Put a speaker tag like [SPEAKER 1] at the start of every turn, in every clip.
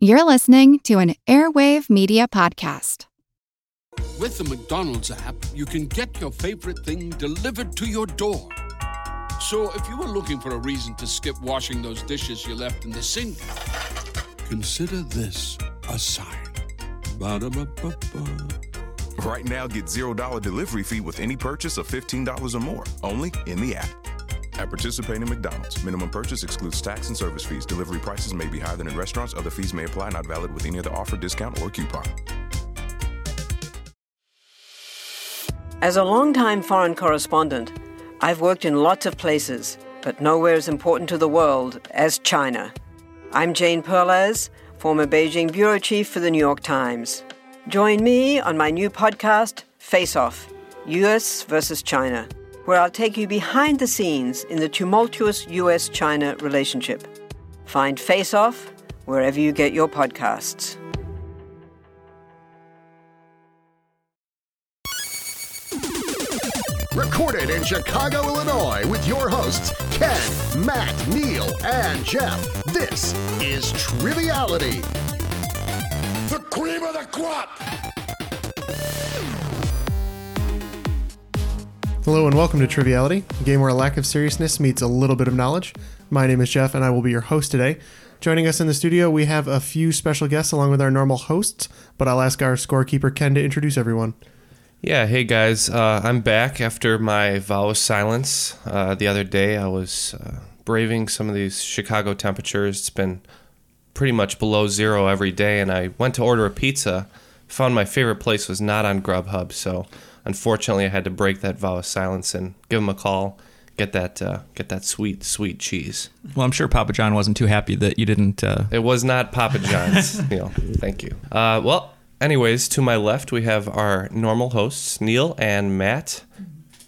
[SPEAKER 1] You're listening to an Airwave Media Podcast.
[SPEAKER 2] With the McDonald's app, you can get your favorite thing delivered to your door. So if you were looking for a reason to skip washing those dishes you left in the sink, consider this a sign. Ba-da-ba-ba-ba.
[SPEAKER 3] Right now, get $0 delivery fee with any purchase of $15 or more, only in the app. At participating McDonald's, minimum purchase excludes tax and service fees. Delivery prices may be higher than in restaurants. Other fees may apply, not valid with any other offer, discount, or coupon.
[SPEAKER 4] As a longtime foreign correspondent, I've worked in lots of places, but nowhere as important to the world as China. I'm Jane Perlez, former Beijing bureau chief for the New York Times. Join me on my new podcast, Face Off US versus China, where I'll take you behind the scenes in the tumultuous US China relationship. Find Face Off wherever you get your podcasts.
[SPEAKER 5] Recorded in Chicago, Illinois, with your hosts, Ken, Matt, Neil, and Jeff. This is Triviality. The cream of the crop!
[SPEAKER 6] Hello and welcome to Triviality, a game where a lack of seriousness meets a little bit of knowledge. My name is Jeff and I will be your host today. Joining us in the studio, we have a few special guests along with our normal hosts, but I'll ask our scorekeeper Ken to introduce everyone.
[SPEAKER 7] Yeah, hey guys, uh, I'm back after my vow of silence uh, the other day. I was uh, braving some of these Chicago temperatures. It's been pretty much below zero every day, and I went to order a pizza. Found my favorite place was not on Grubhub, so unfortunately, I had to break that vow of silence and give them a call. Get that, uh, get that sweet, sweet cheese.
[SPEAKER 8] Well, I'm sure Papa John wasn't too happy that you didn't. Uh,
[SPEAKER 7] It was not Papa John's, Neil. Thank you. Uh, well, anyways, to my left we have our normal hosts, Neil and Matt.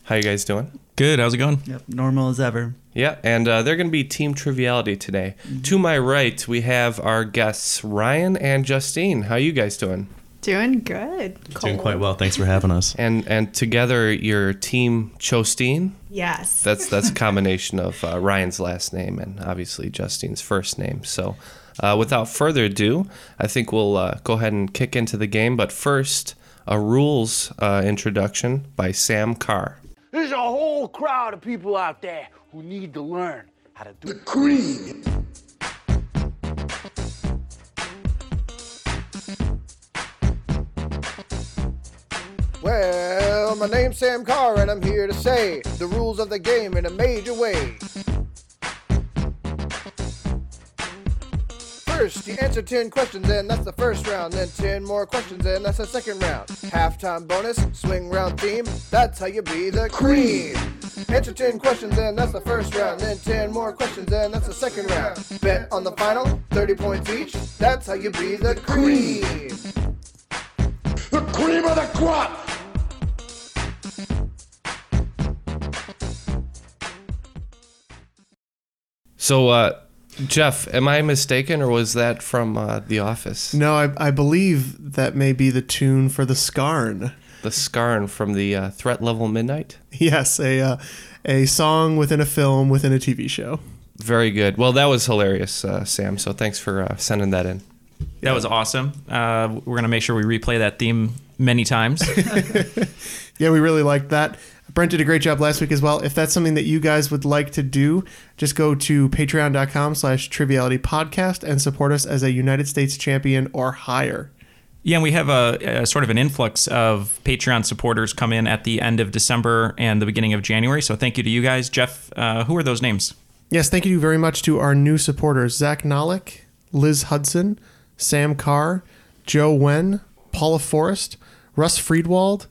[SPEAKER 7] How you guys doing?
[SPEAKER 8] good. How's it going?
[SPEAKER 9] Yep, normal as ever.
[SPEAKER 7] Yeah, and uh, they're going to be team triviality today. To my right, we have our guests Ryan and Justine. How you guys doing?
[SPEAKER 10] Doing good.
[SPEAKER 11] Doing quite well. Thanks for having us.
[SPEAKER 7] And and together, your team Chostine.
[SPEAKER 10] Yes.
[SPEAKER 7] That's that's a combination of uh, Ryan's last name and obviously Justine's first name. So, uh, without further ado, I think we'll uh, go ahead and kick into the game. But first, a rules uh, introduction by Sam Carr.
[SPEAKER 12] There's a whole crowd of people out there who need to learn how to do
[SPEAKER 5] The cream!
[SPEAKER 9] Well, my name's Sam Carr, and I'm here to say the rules of the game in a major way. First, you answer 10 questions, and that's the first round. Then 10 more questions, and that's the second round. Halftime bonus, swing round theme, that's how you be the cream. Answer 10 questions, and that's the first round. Then 10 more questions, and that's the second round. Bet on the final, 30 points each, that's how you be the cream.
[SPEAKER 5] The cream of the crop!
[SPEAKER 7] So, uh, Jeff, am I mistaken, or was that from uh, The Office?
[SPEAKER 6] No, I, I believe that may be the tune for the Scarn.
[SPEAKER 7] The Scarn from the uh, Threat Level Midnight?
[SPEAKER 6] Yes, a uh, a song within a film within a TV show.
[SPEAKER 7] Very good. Well, that was hilarious, uh, Sam. So thanks for uh, sending that in.
[SPEAKER 8] That was awesome. Uh, we're gonna make sure we replay that theme many times.
[SPEAKER 6] Yeah, we really liked that. Brent did a great job last week as well. If that's something that you guys would like to do, just go to patreon.com slash triviality podcast and support us as a United States champion or higher.
[SPEAKER 8] yeah, and we have a, a sort of an influx of Patreon supporters come in at the end of December and the beginning of January. So thank you to you guys, Jeff. Uh, who are those names?
[SPEAKER 6] Yes, thank you very much to our new supporters Zach Nolick, Liz Hudson, Sam Carr, Joe Wen, Paula Forrest, Russ Friedwald,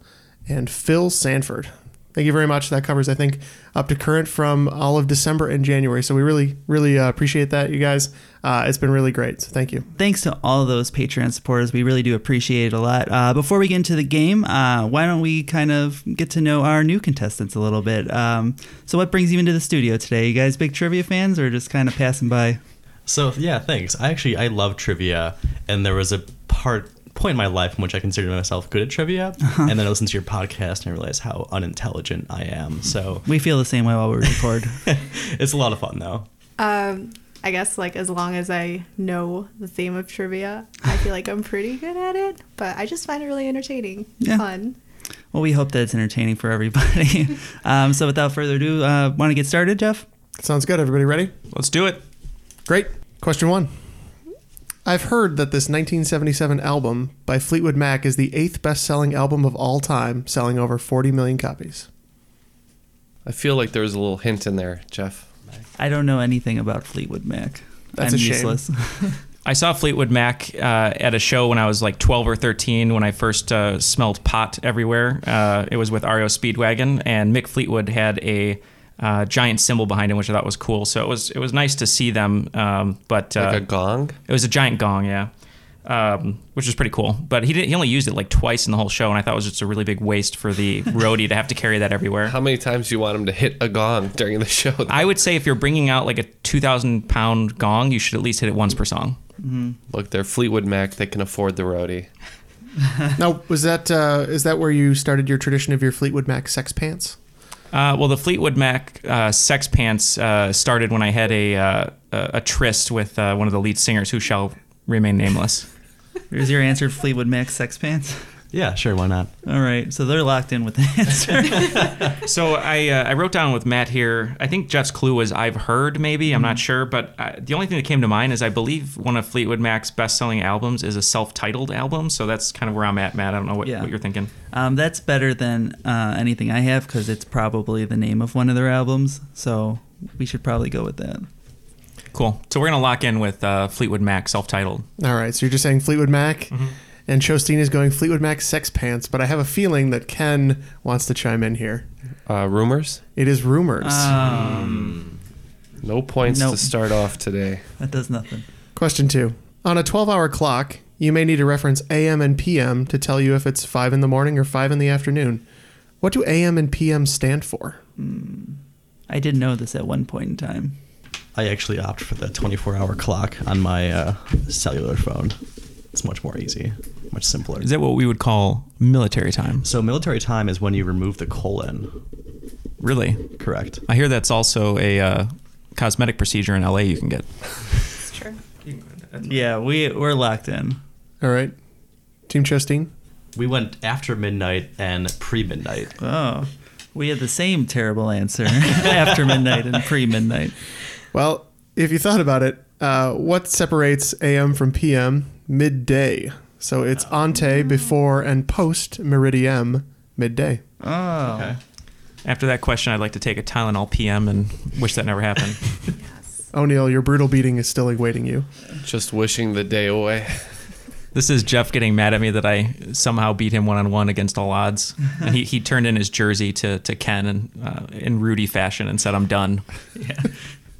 [SPEAKER 6] and Phil Sanford. Thank you very much. That covers, I think, up to current from all of December and January. So we really, really uh, appreciate that, you guys. Uh, it's been really great. So thank you.
[SPEAKER 9] Thanks to all those Patreon supporters. We really do appreciate it a lot. Uh, before we get into the game, uh, why don't we kind of get to know our new contestants a little bit? Um, so, what brings you into the studio today? You guys big trivia fans or just kind of passing by?
[SPEAKER 11] So yeah, thanks. I actually I love trivia, and there was a part point in my life in which I considered myself good at trivia,
[SPEAKER 9] Uh-huh.
[SPEAKER 11] and then I listened to your podcast and I realized how unintelligent I am. So
[SPEAKER 9] We feel the same way while we record.
[SPEAKER 11] it's a lot of fun though.
[SPEAKER 10] Um,
[SPEAKER 1] I guess like as long as I know the theme of trivia, I feel like I'm pretty good at it. But I just find it really entertaining,
[SPEAKER 13] Yeah.
[SPEAKER 1] fun.
[SPEAKER 13] Well, we hope that it's entertaining for everybody. um, so, without further ado, uh, want to get started, Jeff?
[SPEAKER 6] Sounds good. Everybody ready?
[SPEAKER 8] Let's do it.
[SPEAKER 6] Great. Question one. I've heard that this 1977 album by Fleetwood Mac is the eighth best selling album of all time, selling over 40 million copies.
[SPEAKER 7] I feel like there was a little hint in there, Jeff.
[SPEAKER 13] I don't know anything about Fleetwood Mac. I'm useless.
[SPEAKER 8] I saw Fleetwood Mac uh, at a show when I was like 12 or 13 when I first uh, smelled pot everywhere. Uh, it was with REO Speedwagon, and Mick Fleetwood had a uh, giant symbol behind him, which I thought was cool. So it was it was nice to see them. Um, but uh,
[SPEAKER 7] Like a gong?
[SPEAKER 8] It was a giant gong, yeah, um, which was pretty cool. But he didn't, he only used it like twice in the whole show, and I thought it was just a really big waste for the roadie to have to carry that everywhere.
[SPEAKER 7] How many times do you want him to hit a gong during the show?
[SPEAKER 8] I would say if you're bringing out like a 2,000 pound gong, you should at least hit it once per song.
[SPEAKER 13] Mhm.
[SPEAKER 7] Look, they're Fleetwood Mac. They can afford the roadie.
[SPEAKER 6] now, was that uh, is that where you started your tradition of your Fleetwood Mac sex pants?
[SPEAKER 8] Uh, well, the Fleetwood Mac uh, Sex Pants uh, started when I had a uh, a, a tryst with uh, one of the lead singers who shall remain nameless.
[SPEAKER 13] There's your answer, Fleetwood Mac Sex Pants.
[SPEAKER 9] Yeah, sure, why not?
[SPEAKER 13] All right, so they're locked in with the answer.
[SPEAKER 8] so I uh, I wrote down with Matt here. I think Jeff's clue was I've heard maybe I'm not sure, but I, the only thing that came to mind is I believe one of Fleetwood Mac's best selling albums is a self titled album. So that's kind of where I'm at, Matt. I don't know what,
[SPEAKER 13] Yeah.
[SPEAKER 8] what you're thinking.
[SPEAKER 13] Um, that's better than uh, anything I have because it's probably the name of one of their albums. So we should probably go with that.
[SPEAKER 8] Cool. So we're gonna lock in with uh, Fleetwood Mac self titled.
[SPEAKER 6] All right, so you're just saying Fleetwood Mac,
[SPEAKER 7] Mm-hmm.
[SPEAKER 6] and Chosteen is going Fleetwood Mac sex pants. But I have a feeling that Ken wants to chime in here.
[SPEAKER 7] Uh, rumors?
[SPEAKER 6] It is rumors.
[SPEAKER 13] Uh,
[SPEAKER 7] no points
[SPEAKER 6] Nope.
[SPEAKER 7] to start off today.
[SPEAKER 13] That does nothing.
[SPEAKER 6] Question two. On a 12 hour clock, you may need to reference AM and PM to tell you if it's 5 in the morning or 5 in the afternoon. What do AM and PM stand for?
[SPEAKER 13] Hmm. I did know this at one point in time.
[SPEAKER 9] I actually opt for the 24 hour clock on my uh, cellular phone. It's much more easy, much simpler. Is
[SPEAKER 8] that what we would call military time?
[SPEAKER 9] So, military time is when you remove the colon.
[SPEAKER 8] Really?
[SPEAKER 9] Correct.
[SPEAKER 8] I hear that's also a uh, cosmetic procedure in LA you can get.
[SPEAKER 13] Yeah, we we're locked in.
[SPEAKER 6] All right. Team Chosteen?
[SPEAKER 9] We went after midnight and pre midnight.
[SPEAKER 13] Oh, we had the same terrible answer after midnight and pre midnight.
[SPEAKER 6] Well, if you thought about it, uh, what separates AM from PM? Midday. So it's
[SPEAKER 7] Oh.
[SPEAKER 6] ante, before, and post meridium, midday.
[SPEAKER 13] Oh.
[SPEAKER 8] After that question, I'd like to take a Tylenol PM and wish that never happened.
[SPEAKER 6] O'Neill, Oh, your brutal beating is still awaiting you.
[SPEAKER 7] Just wishing the day away.
[SPEAKER 8] this is Jeff getting mad at me that I somehow beat him one on one against all odds. And he, he turned in his jersey to, to Ken and, uh, in Rudy fashion and said, I'm done.
[SPEAKER 13] Yeah.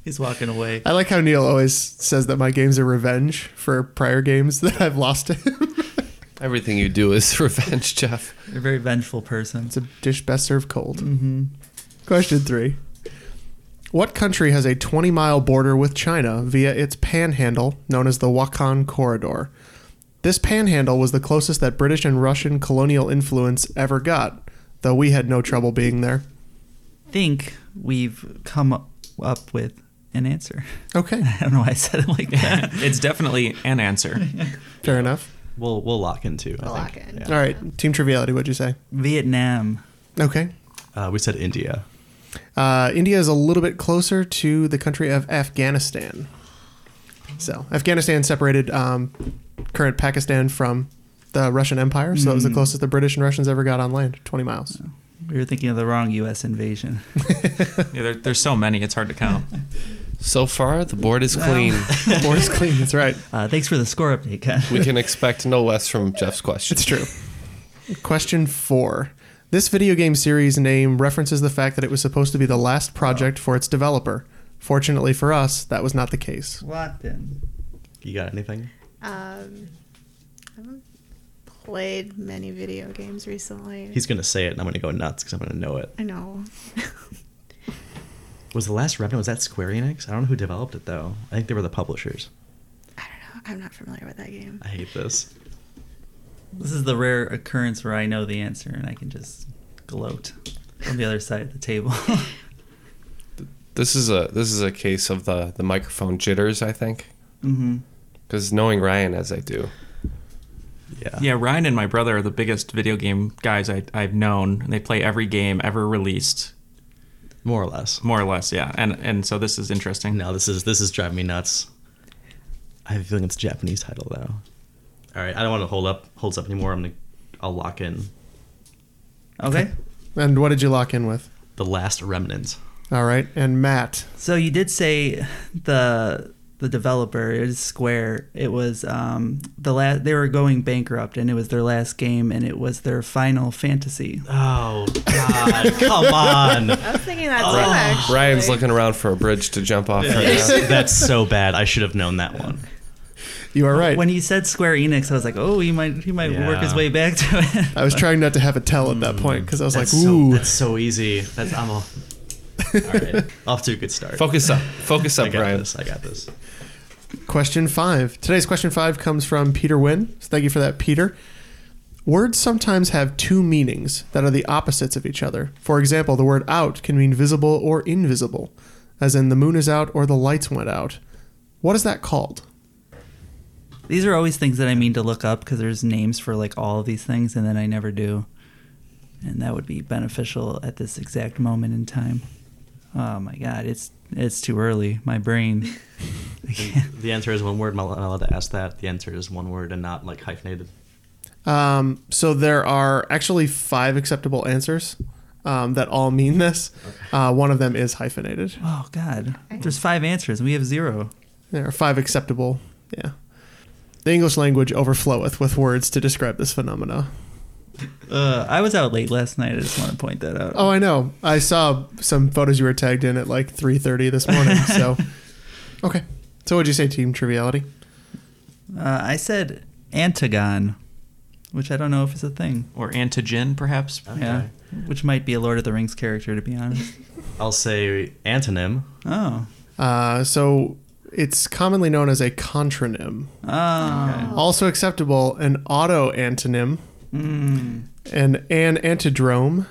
[SPEAKER 13] He's walking away.
[SPEAKER 6] I like how Neil always says that my games are revenge for prior games that I've lost to him.
[SPEAKER 7] Everything you do is revenge, Jeff.
[SPEAKER 13] You're a very vengeful person. It's
[SPEAKER 6] a dish best served cold.
[SPEAKER 13] Mm-hmm.
[SPEAKER 6] Question three. What country has a 20 mile border with China via its panhandle known as the Wakhan Corridor? This panhandle was the closest that British and Russian colonial influence ever got, though we had no trouble being there.
[SPEAKER 13] Think we've come up- up with an answer.
[SPEAKER 6] Okay.
[SPEAKER 13] I don't know why I said it like that.
[SPEAKER 8] it's definitely an answer.
[SPEAKER 6] Fair enough.
[SPEAKER 9] We'll we'll lock in too. We'll
[SPEAKER 13] lock
[SPEAKER 9] in.
[SPEAKER 6] All right, Team Triviality, what'd you say?
[SPEAKER 13] Vietnam.
[SPEAKER 6] Okay.
[SPEAKER 9] Uh, we said India.
[SPEAKER 6] Uh, India is a little bit closer to the country of Afghanistan. So Afghanistan separated um, current Pakistan from the Russian Empire, so it was the
[SPEAKER 13] Mm.
[SPEAKER 6] closest the British and Russians ever got on land, 20 miles.
[SPEAKER 13] We were thinking of the wrong U.S. invasion.
[SPEAKER 8] Yeah, there, there's so many, it's hard to count.
[SPEAKER 7] So far, the board is clean.
[SPEAKER 6] the board is clean. That's right.
[SPEAKER 13] Uh, thanks for the score update, Ken.
[SPEAKER 7] We can expect no less from Jeff's question. It's
[SPEAKER 6] true. Question four. This video game series name references the fact that it was supposed to be the last project for its developer. Fortunately for us, that was not the case.
[SPEAKER 13] Locked in.
[SPEAKER 9] You got anything?
[SPEAKER 1] Um, I haven't played many video games recently.
[SPEAKER 9] He's going to say it and I'm going to go nuts because I'm going to know it.
[SPEAKER 1] I know.
[SPEAKER 9] Was the last Revenant, was that Square Enix? I don't know who developed it though. I think they were the publishers.
[SPEAKER 1] I'm not familiar with that game.
[SPEAKER 9] I hate this.
[SPEAKER 13] This is the rare occurrence where I know the answer and I can just gloat on the other side of the table.
[SPEAKER 7] This is a this is a case of the the microphone jitters, I think.
[SPEAKER 13] Mm-hmm.
[SPEAKER 7] Because knowing Ryan as I do,
[SPEAKER 8] Yeah. Ryan and my brother are the biggest video game guys I, I've known. They play every game ever released.
[SPEAKER 9] More or less.
[SPEAKER 8] More or less, yeah. And and so this is interesting.
[SPEAKER 9] No, this is this is driving me nuts. I have a feeling it's a Japanese title though. All right, I don't want to hold up holds up anymore. I'm gonna I'll lock in
[SPEAKER 13] Okay.
[SPEAKER 6] And what did you lock in with?
[SPEAKER 9] the last remnant.
[SPEAKER 6] All right. And Matt.
[SPEAKER 13] So you did say the the developer is Square. It was um, the last they were going bankrupt, and it was their last game, and it was their Final Fantasy.
[SPEAKER 9] Oh God! Come on.
[SPEAKER 1] I was thinking that too,
[SPEAKER 7] Ri-
[SPEAKER 1] actually.
[SPEAKER 7] Ryan's looking around for a bridge to jump off.
[SPEAKER 9] Yeah,
[SPEAKER 7] right
[SPEAKER 9] that's,
[SPEAKER 7] now.
[SPEAKER 9] that's so bad. I should have known that one.
[SPEAKER 6] You are right.
[SPEAKER 13] When he said Square Enix, I was like, oh, he might he might work his
[SPEAKER 9] Yeah. Mm.
[SPEAKER 13] way back to it.
[SPEAKER 6] I was trying not to have a tell at that point because I was
[SPEAKER 9] That's
[SPEAKER 6] like,
[SPEAKER 9] so-
[SPEAKER 6] ooh.
[SPEAKER 9] that's so easy. That's I'm all, all right. Off to a good start.
[SPEAKER 7] Focus up. Focus up,
[SPEAKER 9] I got
[SPEAKER 7] Ryan.
[SPEAKER 9] This, I got this.
[SPEAKER 6] Question five. Today's question five comes from Peter Wynn. So thank you for that, Peter. Words sometimes have two meanings that are the opposites of each other. For example, the word out can mean visible or invisible, as in the moon is out or the lights went out. What is that called?
[SPEAKER 13] These are always things that I mean to look up because there's names for like all of these things, and then I never do. And that would be beneficial at this exact moment in time. Oh my God, it's it's too early. My brain.
[SPEAKER 9] The answer is one word. Am I allowed to ask that? The answer is one word and not like hyphenated.
[SPEAKER 6] Um, so there are actually five acceptable answers um, that all mean this. Uh, one of them is hyphenated.
[SPEAKER 13] Oh God, there's five answers and we have zero.
[SPEAKER 6] There are five acceptable. Yeah. The English language overfloweth with words to describe this phenomena.
[SPEAKER 13] Uh, I was out late last night. I just want to point that out.
[SPEAKER 6] Oh, I know. I saw some photos you were tagged in at like 3:30 this morning. So, okay. So, what'd you say, Team Triviality?
[SPEAKER 13] Uh, I said Antagon, which I don't know if it's a thing.
[SPEAKER 8] Or Antigen, perhaps.
[SPEAKER 13] Yeah, which might be a Lord of the Rings character, to be honest.
[SPEAKER 9] I'll say antonym.
[SPEAKER 13] Oh,
[SPEAKER 6] Uh, so it's commonly known as a contronym.
[SPEAKER 13] Oh.
[SPEAKER 6] Also acceptable: an auto antonym, an an antidrome,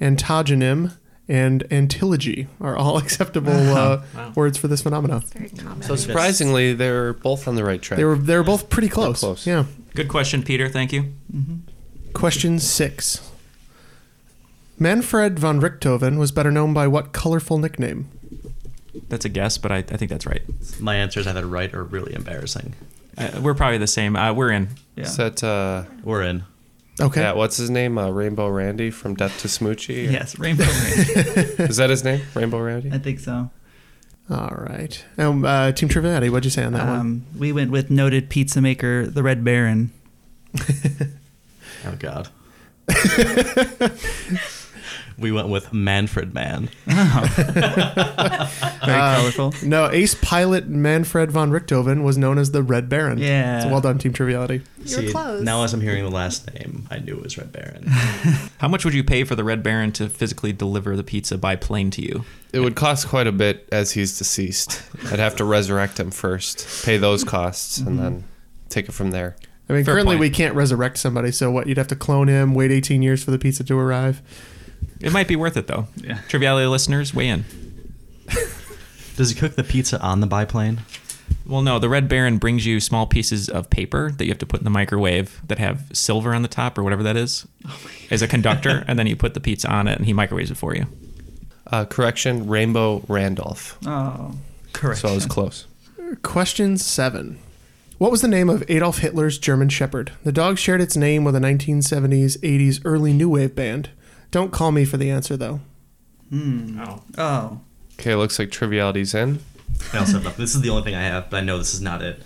[SPEAKER 6] antogonym, and antilogy are all acceptable uh,
[SPEAKER 7] Wow.
[SPEAKER 6] words for this phenomenon.
[SPEAKER 7] So surprisingly, they're both on the right track.
[SPEAKER 6] They were they were both pretty close.
[SPEAKER 7] close.
[SPEAKER 6] Yeah.
[SPEAKER 8] Good question, Peter. Thank you.
[SPEAKER 6] Question six. Manfred von Richthofen was better known by what colorful nickname?
[SPEAKER 8] That's a guess, but I, I think that's right.
[SPEAKER 9] My answer is either right or really embarrassing.
[SPEAKER 8] Uh, we're probably the same. Uh, we're in.
[SPEAKER 13] Yeah.
[SPEAKER 7] Is that uh,
[SPEAKER 9] we're in?
[SPEAKER 6] Okay.
[SPEAKER 7] Yeah, what's his name? Uh, Rainbow Randy from Death to Smoochie. or-
[SPEAKER 13] yes, Rainbow Range.
[SPEAKER 7] Is that his name? Rainbow Randy.
[SPEAKER 13] I think so.
[SPEAKER 6] All right. Um, uh, Team Triviality, what'd you say on that one?
[SPEAKER 13] Um, we went with noted pizza maker, the Red Baron.
[SPEAKER 9] Oh God. we went with Manfred Man.
[SPEAKER 13] Oh. Very
[SPEAKER 6] Uh,
[SPEAKER 13] colorful.
[SPEAKER 6] No, ace pilot Manfred von Richthofen was known as the Red Baron.
[SPEAKER 13] Yeah.
[SPEAKER 6] So well done, Team Triviality.
[SPEAKER 1] You're close.
[SPEAKER 9] Now Um, as I'm hearing the last name, I knew it was Red Baron.
[SPEAKER 8] How much would you pay for the Red Baron to physically deliver the pizza by plane to you?
[SPEAKER 7] It would cost quite a bit as he's deceased. I'd have to resurrect him first, pay those costs, and then take it from there.
[SPEAKER 6] I mean,
[SPEAKER 8] Fair
[SPEAKER 6] currently
[SPEAKER 8] point.
[SPEAKER 6] we can't resurrect somebody, so what? You'd have to clone him, wait 18 years for the pizza to arrive.
[SPEAKER 8] It might be worth it, though.
[SPEAKER 13] Yeah.
[SPEAKER 8] Triviality listeners, weigh in.
[SPEAKER 9] Does he cook the pizza on the biplane?
[SPEAKER 8] Well, no, the Red Baron brings you small pieces of paper that you have to put in the microwave that have silver on the top or whatever that is as a conductor, and then you put the pizza on it and he microwaves it for you.
[SPEAKER 7] Uh, correction: Rainbow Randolph.
[SPEAKER 13] Oh, correct.
[SPEAKER 7] So I was close.
[SPEAKER 6] Question seven. What was the name of Adolf Hitler's German Shepherd? The dog shared its name with a 1970s, 80s, early new wave band. Don't call me for the answer, though.
[SPEAKER 13] Oh,
[SPEAKER 7] Okay, looks like triviality's in.
[SPEAKER 9] I also have nothing. This is the only thing I have, but I know this is not it.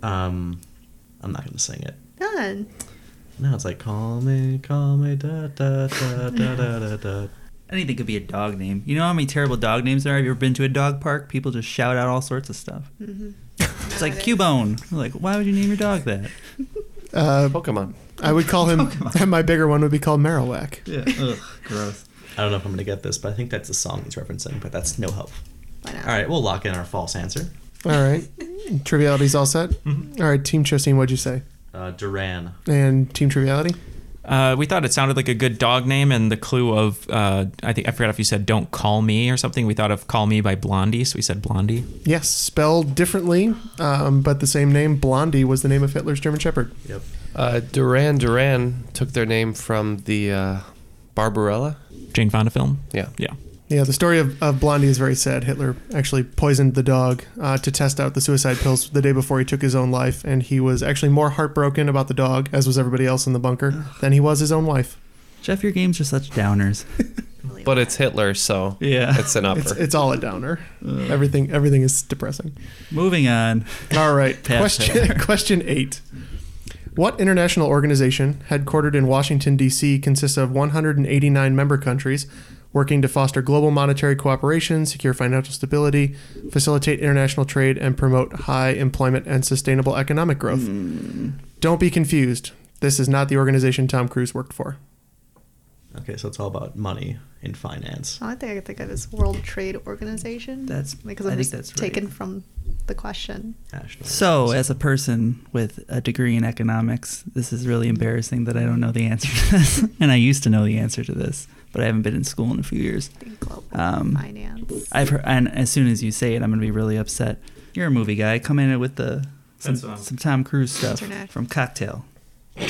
[SPEAKER 9] Um, I'm not gonna sing it.
[SPEAKER 1] Done.
[SPEAKER 9] No, it's like call me, call me, da da da da da da da.
[SPEAKER 13] anything could be a dog name. You know how many terrible dog names there are? Have you ever been to a dog park? People just shout out all sorts of stuff.
[SPEAKER 1] Mm-hmm.
[SPEAKER 13] It's like Cubone. Like, why would you name your dog that?
[SPEAKER 6] Uh,
[SPEAKER 7] Pokemon.
[SPEAKER 6] I would call him, my bigger one would be called Marowak.
[SPEAKER 13] Yeah. Ugh, gross.
[SPEAKER 9] I don't know if I'm gonna get this, but I think that's the song he's referencing. But that's no help.
[SPEAKER 1] Why not?
[SPEAKER 9] All right, we'll lock in our false answer.
[SPEAKER 6] All right. Triviality's all set. All right, Team Chosine, what'd you say?
[SPEAKER 9] Uh, Duran.
[SPEAKER 6] And Team Triviality?
[SPEAKER 8] Uh, we thought it sounded like a good dog name, and the clue of uh, I think I forgot if you said "Don't call me" or something. We thought of "Call Me" by Blondie, so we said Blondie.
[SPEAKER 6] Yes, spelled differently, um, but the same name. Blondie was the name of Hitler's German Shepherd.
[SPEAKER 4] Yep.
[SPEAKER 7] Uh, Duran Duran took their name from the uh, Barbarella.
[SPEAKER 8] Jane Fonda film?
[SPEAKER 7] Yeah.
[SPEAKER 8] Yeah.
[SPEAKER 6] Yeah, the story of, of Blondie is very sad. Hitler actually poisoned the dog uh, to test out the suicide pills the day before he took his own life, and he was actually more heartbroken about the dog, as was everybody else in the bunker, than he was his own wife.
[SPEAKER 9] Jeff, your games are such downers.
[SPEAKER 7] But it's Hitler, so
[SPEAKER 9] Yeah.
[SPEAKER 7] it's an upper.
[SPEAKER 6] It's, it's all a downer. everything everything is depressing.
[SPEAKER 9] Moving on.
[SPEAKER 6] All right.
[SPEAKER 9] Past
[SPEAKER 6] question
[SPEAKER 9] Hitler.
[SPEAKER 6] question eight. What international organization, headquartered in Washington, D.C., consists of 189 member countries working to foster global monetary cooperation, secure financial stability, facilitate international trade, and promote high employment and sustainable economic growth? Hmm. Don't be confused. This is not the organization Tom Cruise worked for.
[SPEAKER 4] Okay, so it's all about money and finance.
[SPEAKER 1] All I think I can think of is World Trade Organization.
[SPEAKER 9] That's-
[SPEAKER 1] because
[SPEAKER 9] I
[SPEAKER 1] I'm
[SPEAKER 9] think
[SPEAKER 1] just
[SPEAKER 9] that's right.
[SPEAKER 1] taken from the question.
[SPEAKER 9] So, as a person with a degree in economics, this is really embarrassing that I don't know the answer to this. and I used to know the answer to this, but I haven't been in school in a few years. Um,
[SPEAKER 1] Global finance.
[SPEAKER 9] I've heard, and as soon as you say it, I'm going to be really upset. You're a movie guy. Come in with the some,
[SPEAKER 8] That's fine.
[SPEAKER 9] some Tom Cruise stuff
[SPEAKER 8] Internet.
[SPEAKER 9] from Cocktail.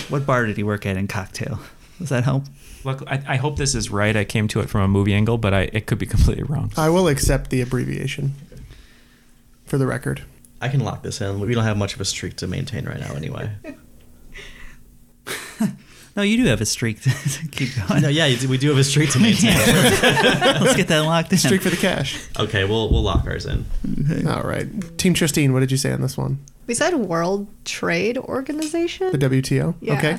[SPEAKER 9] What bar did he work at in Cocktail? Does that help?
[SPEAKER 8] Look, I, I hope this is right. I came to it from a movie angle, but I, it could be completely wrong.
[SPEAKER 6] I will accept the abbreviation for the record.
[SPEAKER 4] I can lock this in. We don't have much of a streak to maintain right now, anyway.
[SPEAKER 9] No, you do have a streak. to Keep going.
[SPEAKER 4] no, yeah, we do have a streak to maintain.
[SPEAKER 9] Let's get that locked in.
[SPEAKER 6] Streak for the cash.
[SPEAKER 4] okay, we'll we'll lock ours in.
[SPEAKER 6] All right. Team Justine, what did you say on this one?
[SPEAKER 1] We said World Trade Organization.
[SPEAKER 6] The WTO?
[SPEAKER 1] Yeah.
[SPEAKER 6] Okay.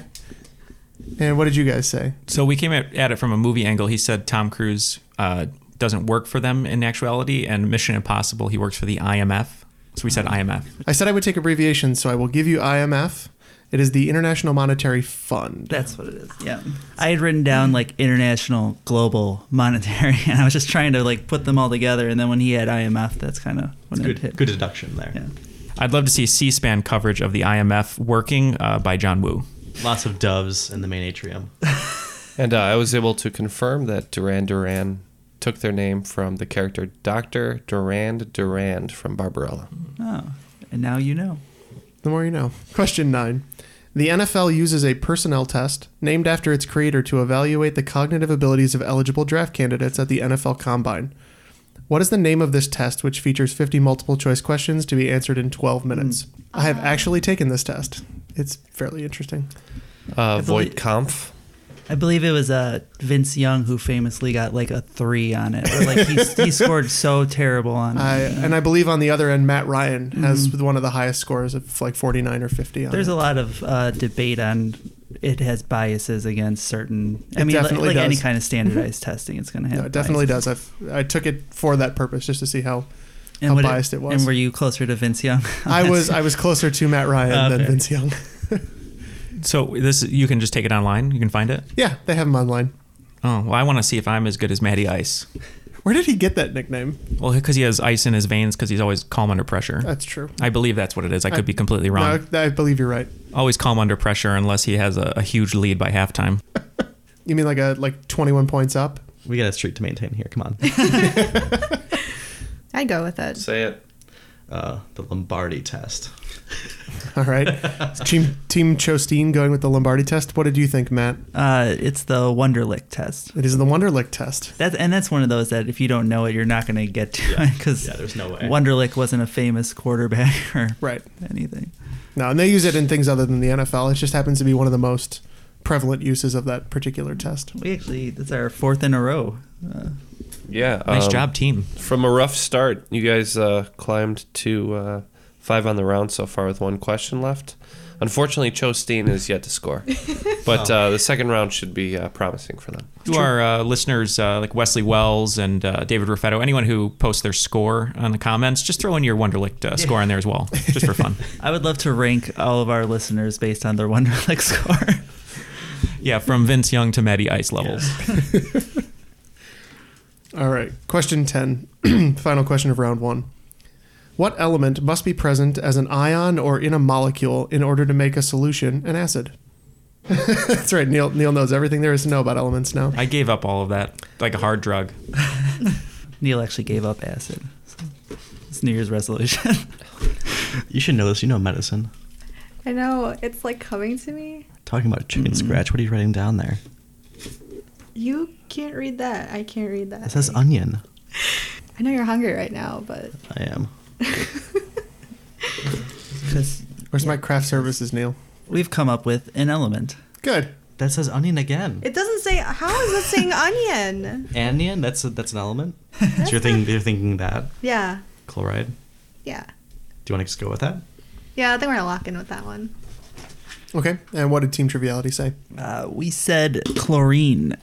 [SPEAKER 6] And what did you guys say?
[SPEAKER 8] So we came at, at it from a movie angle. He said Tom Cruise uh, doesn't work for them in actuality, and Mission Impossible, he works for the IMF. So we said IMF.
[SPEAKER 6] I said I would take abbreviations, so I will give you IMF. It is the International Monetary Fund.
[SPEAKER 9] That's what it is. Yeah. I had written down like international, global, monetary, and I was just trying to like put them all together. And then when he had IMF, that's kind of when it hit.
[SPEAKER 4] Good deduction there.
[SPEAKER 8] I'd love to see C-SPAN coverage of the IMF working uh, by John Woo.
[SPEAKER 4] Lots of doves in the main atrium.
[SPEAKER 7] And uh, I was able to confirm that Duran Duran took their name from the character Dr. Durand Durand from Barbarella.
[SPEAKER 9] Oh, and now you know.
[SPEAKER 6] The more you know. Question nine. The NFL uses a personnel test named after its creator to evaluate the cognitive abilities of eligible draft candidates at the NFL Combine. What is the name of this test, which features 50 multiple choice questions to be answered in 12 minutes?
[SPEAKER 9] Mm.
[SPEAKER 6] I
[SPEAKER 9] Ah.
[SPEAKER 6] have actually taken this test. It's fairly interesting.
[SPEAKER 7] Uh,
[SPEAKER 9] I believe-
[SPEAKER 7] Voight Kampf.
[SPEAKER 9] I believe it was uh, Vince Young who famously got like a three on it. Or, like he, he scored so terrible on it.
[SPEAKER 6] I, and I believe on the other end, Matt Ryan has
[SPEAKER 9] Mhm.
[SPEAKER 6] one of the highest scores of like 49 or 50. On
[SPEAKER 9] There's
[SPEAKER 6] it.
[SPEAKER 9] a lot of uh, debate on it has biases against certain. I
[SPEAKER 6] It
[SPEAKER 9] mean, like,
[SPEAKER 6] definitely
[SPEAKER 9] like any
[SPEAKER 6] does.
[SPEAKER 9] kind of standardized testing, it's going to have.
[SPEAKER 6] No, it definitely
[SPEAKER 9] biases.
[SPEAKER 6] does. I've, I took it for that purpose just to see how,
[SPEAKER 9] And
[SPEAKER 6] how
[SPEAKER 9] what
[SPEAKER 6] biased it, was.
[SPEAKER 9] And were you closer to Vince Young?
[SPEAKER 6] I was I was closer to Matt Ryan
[SPEAKER 9] Oh,
[SPEAKER 6] than
[SPEAKER 9] okay.
[SPEAKER 6] Vince Young.
[SPEAKER 8] So this you can just take it online. You can find it.
[SPEAKER 6] yeah, they have him online.
[SPEAKER 8] Oh, well, I want to see if I'm as good as Matty Ice.
[SPEAKER 6] Where did he get that nickname?
[SPEAKER 8] Well, because he has ice in his veins, because he's always calm under pressure.
[SPEAKER 6] That's true.
[SPEAKER 8] I believe that's what it is. I could be completely wrong.
[SPEAKER 6] Uh, No, I believe you're right.
[SPEAKER 8] Always calm under pressure unless he has a, a huge lead by halftime.
[SPEAKER 6] You mean like a like 21 points up?
[SPEAKER 4] We got a streak to maintain here. Come on.
[SPEAKER 1] I'd go with it.
[SPEAKER 7] Say it.
[SPEAKER 4] Uh, the Lombardi test.
[SPEAKER 6] All right. team Team Chosteen going with the Lombardi test. What did you think, Matt?
[SPEAKER 9] Uh, it's the Wonderlick test.
[SPEAKER 6] It is the Wonderlick test.
[SPEAKER 9] That's and that's one of those that if you don't know it, you're not going to get to it because
[SPEAKER 4] yeah, there's no way.
[SPEAKER 9] Wonderlick wasn't a famous quarterback or
[SPEAKER 6] Right.
[SPEAKER 9] anything.
[SPEAKER 6] No, and they use it in things other than the NFL. It just happens to be one of the most prevalent uses of that particular test.
[SPEAKER 9] We actually that's our fourth in a row. Uh,
[SPEAKER 7] Yeah. um,
[SPEAKER 9] Nice
[SPEAKER 6] Um,
[SPEAKER 9] job,
[SPEAKER 8] team.
[SPEAKER 7] From a rough start, you guys uh, climbed to uh, five on the round so far with one question left. Unfortunately, Chosteen is yet to score,
[SPEAKER 9] Oh.
[SPEAKER 7] but uh, the second round should be uh, promising for them.
[SPEAKER 8] To our uh, listeners, uh, like Wesley Wells and uh, David Ruffetto, anyone who posts their score on the comments, just throw in your Wonderlic uh, score in there as well, just for fun.
[SPEAKER 9] I would love to rank all of our listeners based on their Wonderlick score.
[SPEAKER 8] yeah, from Vince Young to Matty Ice levels.
[SPEAKER 6] All right. Question 10. Final question of round one. What element must be present as an ion or in a molecule in order to make a solution an acid? That's right. Neil Neil knows everything there is to know about elements now.
[SPEAKER 8] I gave up all of that, like a hard drug.
[SPEAKER 13] Neil actually gave up acid. So it's New Year's resolution.
[SPEAKER 9] You should know this. You know medicine.
[SPEAKER 1] I know it's like coming to me.
[SPEAKER 9] Talking about chicken scratch. What are you writing down there?
[SPEAKER 1] You can't read that. I can't read that.
[SPEAKER 9] It says onion.
[SPEAKER 1] I know you're hungry right now, but
[SPEAKER 9] I am.
[SPEAKER 6] Where's my craft services, Neil?
[SPEAKER 13] We've come up with an element.
[SPEAKER 6] Good.
[SPEAKER 9] That says onion again.
[SPEAKER 1] it doesn't say. How is it saying onion?
[SPEAKER 9] Anion. That's a, that's an element. so you're thinking you're thinking that
[SPEAKER 1] Yeah,
[SPEAKER 9] chloride. Do
[SPEAKER 1] yeah,
[SPEAKER 9] you want to just go with that?
[SPEAKER 1] yeah. I think we're gonna lock in with that one.
[SPEAKER 6] Okay. And what did Team Triviality say?
[SPEAKER 13] Uh, we said chlorine.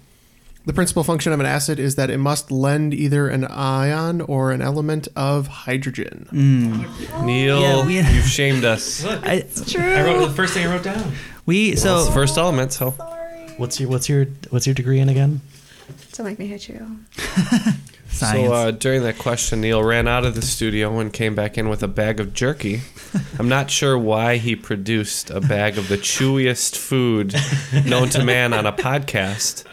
[SPEAKER 6] The principal function of an acid is that it must lend either an ion or an element of hydrogen.
[SPEAKER 7] Neil,
[SPEAKER 13] Yeah, we-
[SPEAKER 7] you've shamed us.
[SPEAKER 13] I- It's true.
[SPEAKER 7] I wrote the first thing I wrote down.
[SPEAKER 13] We
[SPEAKER 7] Well,
[SPEAKER 13] so
[SPEAKER 7] it's the first element. So
[SPEAKER 9] What's your what's your what's your degree in again?
[SPEAKER 1] Don't make me hit you.
[SPEAKER 7] So uh, during that question, Neil ran out of the studio and came back in with a bag of jerky. I'm not sure why he produced a bag of the chewiest food known to man on a podcast,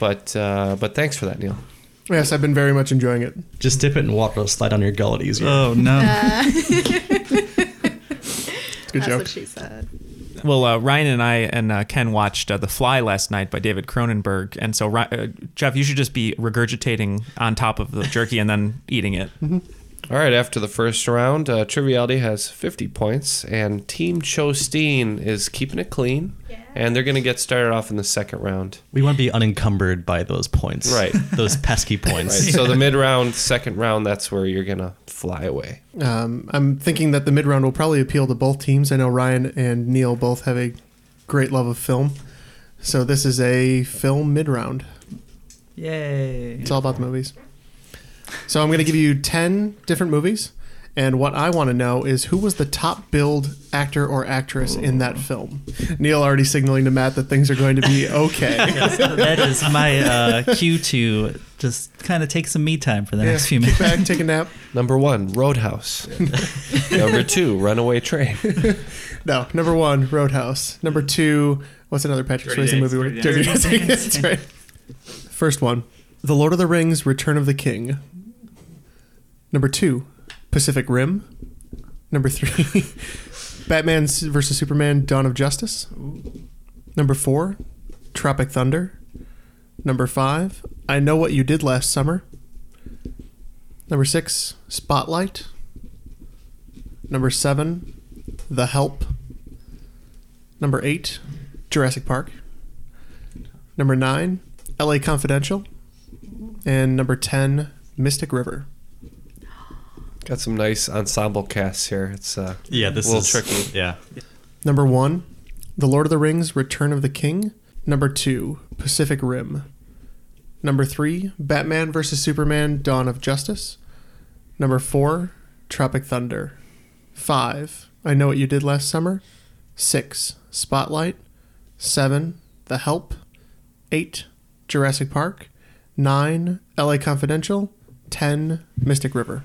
[SPEAKER 7] but uh, but thanks for that, Neil.
[SPEAKER 6] Yes, I've been very much enjoying it.
[SPEAKER 9] Just dip it in water; it'll slide on your gullet easier.
[SPEAKER 13] Oh no!
[SPEAKER 6] good
[SPEAKER 1] That's
[SPEAKER 6] joke.
[SPEAKER 1] what she said.
[SPEAKER 8] Well, uh, Ryan and I and uh, Ken watched uh, The Fly last night by David Cronenberg, and so Ry- uh, Jeff, you should just be regurgitating on top of the jerky and then eating it.
[SPEAKER 7] All right, after the first round, uh, Triviality has 50 points, and Team Chosteen is keeping it clean, and they're going to get started off in the second round.
[SPEAKER 9] We want to be unencumbered by those points,
[SPEAKER 7] Right.
[SPEAKER 9] Those pesky
[SPEAKER 7] Right,
[SPEAKER 9] points.
[SPEAKER 7] so the mid round, second round, that's where you're going to fly away.
[SPEAKER 6] Um, I'm thinking that the mid round will probably appeal to both teams. I know Ryan and Neil both have a great love of film. So this is a film mid round.
[SPEAKER 13] Yay!
[SPEAKER 6] It's all about the movies. So I'm going to give you 10 different movies. And what I want to know is who was the top billed actor or actress in that film? Neil already signaling to Matt that things are going to be okay.
[SPEAKER 13] Yes, that is my uh, cue to just kind of take some me time for the
[SPEAKER 6] Yeah,
[SPEAKER 13] next few
[SPEAKER 6] kick
[SPEAKER 13] minutes.
[SPEAKER 6] back, take a nap.
[SPEAKER 7] Number one, Roadhouse. Number two, Runaway Train.
[SPEAKER 6] No, number one, Roadhouse. Number two, what's another Patrick
[SPEAKER 7] Hmm. Dirty
[SPEAKER 6] Swayze
[SPEAKER 7] Days,
[SPEAKER 6] movie? Dirty,
[SPEAKER 7] Dirty
[SPEAKER 6] Dirty
[SPEAKER 7] Days.
[SPEAKER 6] Days. That's right. First one, The Lord of the Rings: Return of the King. Number two, Pacific Rim. Number three, Batman s- versus Superman: Dawn of Justice. Number four, Tropic Thunder. Number five, I Know What You Did Last Summer. Number six, Spotlight. Number seven, The Help. Number eight, Jurassic Park. Number nine, L.A. Confidential. And number ten, Mystic River.
[SPEAKER 7] Got some nice ensemble casts here. It's uh,
[SPEAKER 9] Yeah, this
[SPEAKER 7] a little
[SPEAKER 9] is-
[SPEAKER 7] tricky.
[SPEAKER 9] Yeah.
[SPEAKER 6] Number one, The Lord of the Rings: Return of the King. Number two, Pacific Rim. Number three, Batman vs Superman: Dawn of Justice. Number four, Tropic Thunder. Five, I Know What You Did Last Summer. Six, Spotlight. Seven, The Help. Eight, Jurassic Park. Nine, L.A. Confidential. Ten, Mystic River.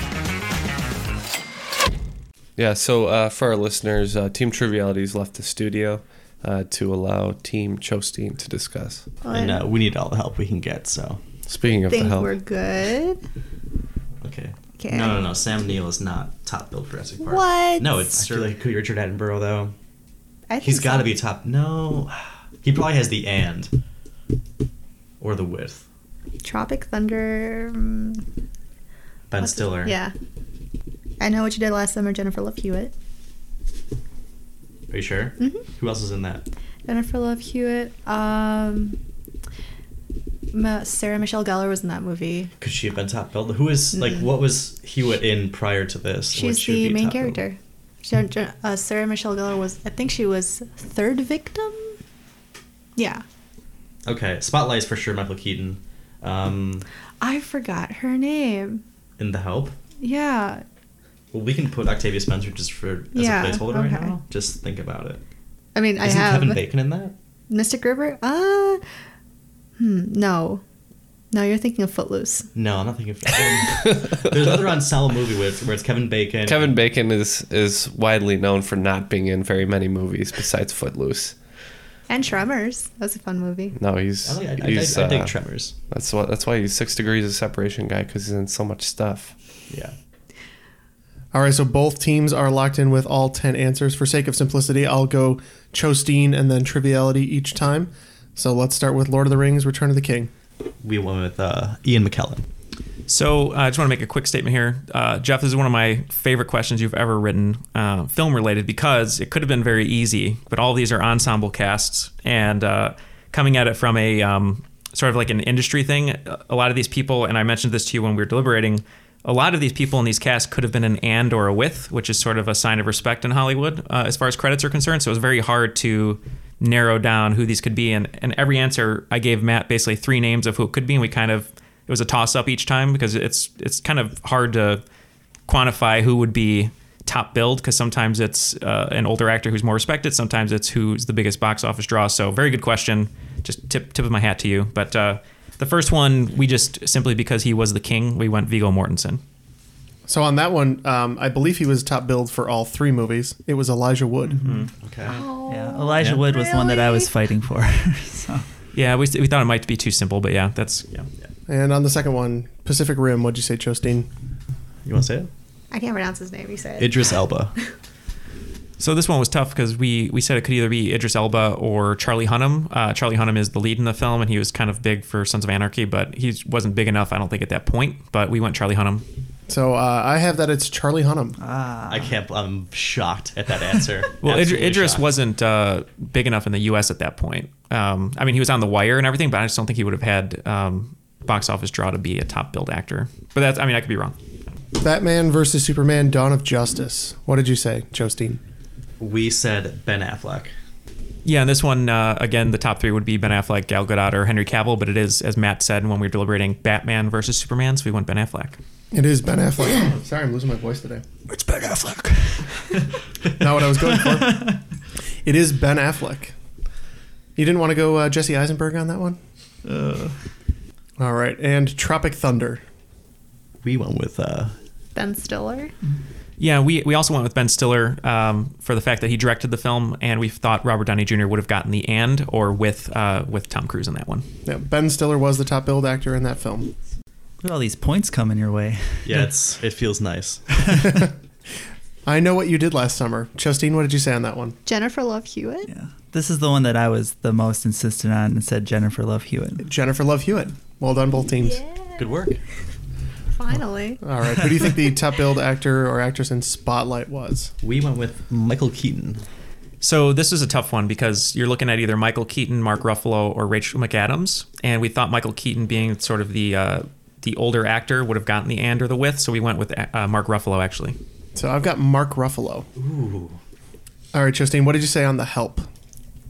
[SPEAKER 7] Yeah, so uh, for our listeners, uh, Team Trivialities left the studio uh, to allow Team Chosteen to discuss.
[SPEAKER 1] Fun.
[SPEAKER 9] And uh, we need all the help we can get. So
[SPEAKER 1] I
[SPEAKER 7] Speaking of the
[SPEAKER 1] think
[SPEAKER 7] help,
[SPEAKER 1] we're good.
[SPEAKER 9] okay.
[SPEAKER 1] Okay.
[SPEAKER 9] No, no, no. Sam Neill is not top billed for Jurassic Park.
[SPEAKER 1] What?
[SPEAKER 9] No, it's Shirley Richard Attenborough though.
[SPEAKER 1] I think
[SPEAKER 9] He's got to
[SPEAKER 1] so.
[SPEAKER 9] be top. No, He probably has the and or the with.
[SPEAKER 1] Tropic Thunder. mm,
[SPEAKER 9] Ben
[SPEAKER 1] what's-
[SPEAKER 9] Stiller.
[SPEAKER 1] Yeah. I know what you did last summer, Jennifer Love Hewitt.
[SPEAKER 9] Are you sure?
[SPEAKER 1] Mhm.
[SPEAKER 9] Who else is in that?
[SPEAKER 1] Jennifer Love Hewitt. Um, Ma- Sarah Michelle Gellar was in that movie.
[SPEAKER 9] Could she have been top billed? Who is like
[SPEAKER 1] Mm-mm.
[SPEAKER 9] what was Hewitt in prior to this? Would
[SPEAKER 1] Mm. She's
[SPEAKER 9] she
[SPEAKER 1] the
[SPEAKER 9] be
[SPEAKER 1] main
[SPEAKER 9] top billed?
[SPEAKER 1] character. Jen- Jen- uh, Sarah Michelle Gellar was, I think she was third victim. Yeah,
[SPEAKER 9] Okay, Spotlight's for sure. Michael Keaton. Um,
[SPEAKER 1] I forgot her name.
[SPEAKER 9] in the Help.
[SPEAKER 1] Yeah,
[SPEAKER 9] Well, we can put Octavia Spencer just for as
[SPEAKER 1] Yeah,
[SPEAKER 9] a placeholder right
[SPEAKER 1] okay.
[SPEAKER 9] now. Just think about it.
[SPEAKER 1] I mean, I
[SPEAKER 9] Isn't
[SPEAKER 1] have
[SPEAKER 9] Kevin Bacon in that?
[SPEAKER 1] Mystic River. Uh, hmm, no, no, you're thinking of Footloose.
[SPEAKER 9] No, I'm not thinking. Of There's another ensemble movie with where it's Kevin Bacon.
[SPEAKER 7] Kevin Bacon is is widely known for not being in very many movies besides Footloose.
[SPEAKER 1] And Tremors. That was a fun movie.
[SPEAKER 7] No, he's
[SPEAKER 9] I like- Oh, I dig-
[SPEAKER 7] he's
[SPEAKER 9] I dig
[SPEAKER 7] uh,
[SPEAKER 9] Tremors.
[SPEAKER 7] That's why that's why he's six degrees of separation guy because he's in so much stuff.
[SPEAKER 9] Yeah.
[SPEAKER 6] All right, so both teams are locked in with all 10 answers. For sake of simplicity, I'll go Chosteen and then Triviality each time. So let's start with Lord of the Rings, Return of the King.
[SPEAKER 9] We went with uh, Ian McKellen.
[SPEAKER 8] So uh, I just want to make a quick statement here, uh, Jeff. This is one of my favorite questions you've ever written, uh, film related, because it could have been very easy, but all these are ensemble casts, and uh, coming at it from a um, sort of like an industry thing. A lot of these people, and I mentioned this to you when we were deliberating, a lot of these people in these casts could have been an and or a with, which is sort of a sign of respect in Hollywood uh, as far as credits are concerned. So it was very hard to narrow down who these could be, and and every answer I gave Matt basically three names of who it could be, and we kind of it was a toss up each time because it's it's kind of hard to quantify who would be top billed because sometimes it's uh, an older actor who's more respected, sometimes it's who's the biggest box office draw. So very good question. Just tip tip of my hat to you. But uh, the first one we just simply because he was the king, we went Vigo Mortensen.
[SPEAKER 6] So on that one, um, I believe he was top billed for all three movies. It was Elijah Wood.
[SPEAKER 9] Okay.
[SPEAKER 1] Oh,
[SPEAKER 13] yeah, Elijah Wood was one that I was fighting for. so
[SPEAKER 8] Yeah, we, we thought it might be too simple, but yeah, that's yeah.
[SPEAKER 6] And on the second one, Pacific Rim, what'd you say, Chosteen?
[SPEAKER 9] You want to say it?
[SPEAKER 1] I can't pronounce his name. You said
[SPEAKER 9] Idris Elba.
[SPEAKER 8] So this one was tough because we we said it could either be Idris Elba or Charlie Hunnam. Uh, Charlie Hunnam is the lead in the film, and he was kind of big for Sons of Anarchy, but he wasn't big enough, I don't think, at that point. But we went Charlie Hunnam.
[SPEAKER 6] So uh, I have that it's Charlie Hunnam.
[SPEAKER 9] I can't. I'm shocked at that answer.
[SPEAKER 8] Well, Idr-
[SPEAKER 9] Absolutely
[SPEAKER 8] Idris
[SPEAKER 9] shocked.
[SPEAKER 8] wasn't uh, big enough in the U.S. at that point. Um, I mean, he was on The Wire and everything, but I just don't think he would have had um, box office draw to be a top billed actor. But that's, I mean, I could be wrong.
[SPEAKER 6] Batman versus Superman, Dawn of Justice. What did you say, Chosteen?
[SPEAKER 9] We said Ben Affleck.
[SPEAKER 8] Yeah, and this one uh, again, the top three would be Ben Affleck, Gal Gadot, or Henry Cavill. But it is, as Matt said when we were deliberating, Batman versus Superman, so we went Ben Affleck.
[SPEAKER 6] It is Ben Affleck. Sorry, I'm losing my voice today. It's Ben Affleck. Not what I was going for. It is Ben Affleck. You didn't want to go uh, Jesse Eisenberg on that one? All right. And Tropic Thunder.
[SPEAKER 9] We went with uh,
[SPEAKER 1] Ben Stiller.
[SPEAKER 8] Yeah, we we also went with Ben Stiller um, for the fact that he directed the film, and we thought Robert Downey Jr. would have gotten the and or with uh, with Tom Cruise in that one.
[SPEAKER 6] Yeah, ben Stiller was the top billed actor in that film.
[SPEAKER 13] look at all these points coming your way.
[SPEAKER 9] yeah, it's it feels nice.
[SPEAKER 6] I know what you did last summer. Justine, what did you say on that one?
[SPEAKER 1] Jennifer Love Hewitt. Yeah.
[SPEAKER 13] This is the one that I was the most insistent on and said Jennifer Love Hewitt.
[SPEAKER 6] Jennifer Love Hewitt. Well done, both teams.
[SPEAKER 9] Good work.
[SPEAKER 1] Finally.
[SPEAKER 6] All right. Who do you think the top billed actor or actress in Spotlight was?
[SPEAKER 9] We went with Michael Keaton.
[SPEAKER 8] So this is a tough one because you're looking at either Michael Keaton, Mark Ruffalo, or Rachel McAdams, and we thought Michael Keaton, being sort of the uh, the older actor, would have gotten the and or the with, so we went with uh, Mark Ruffalo actually.
[SPEAKER 6] So I've got Mark Ruffalo.
[SPEAKER 9] Ooh.
[SPEAKER 6] All right, Justine, what did you say on The Help?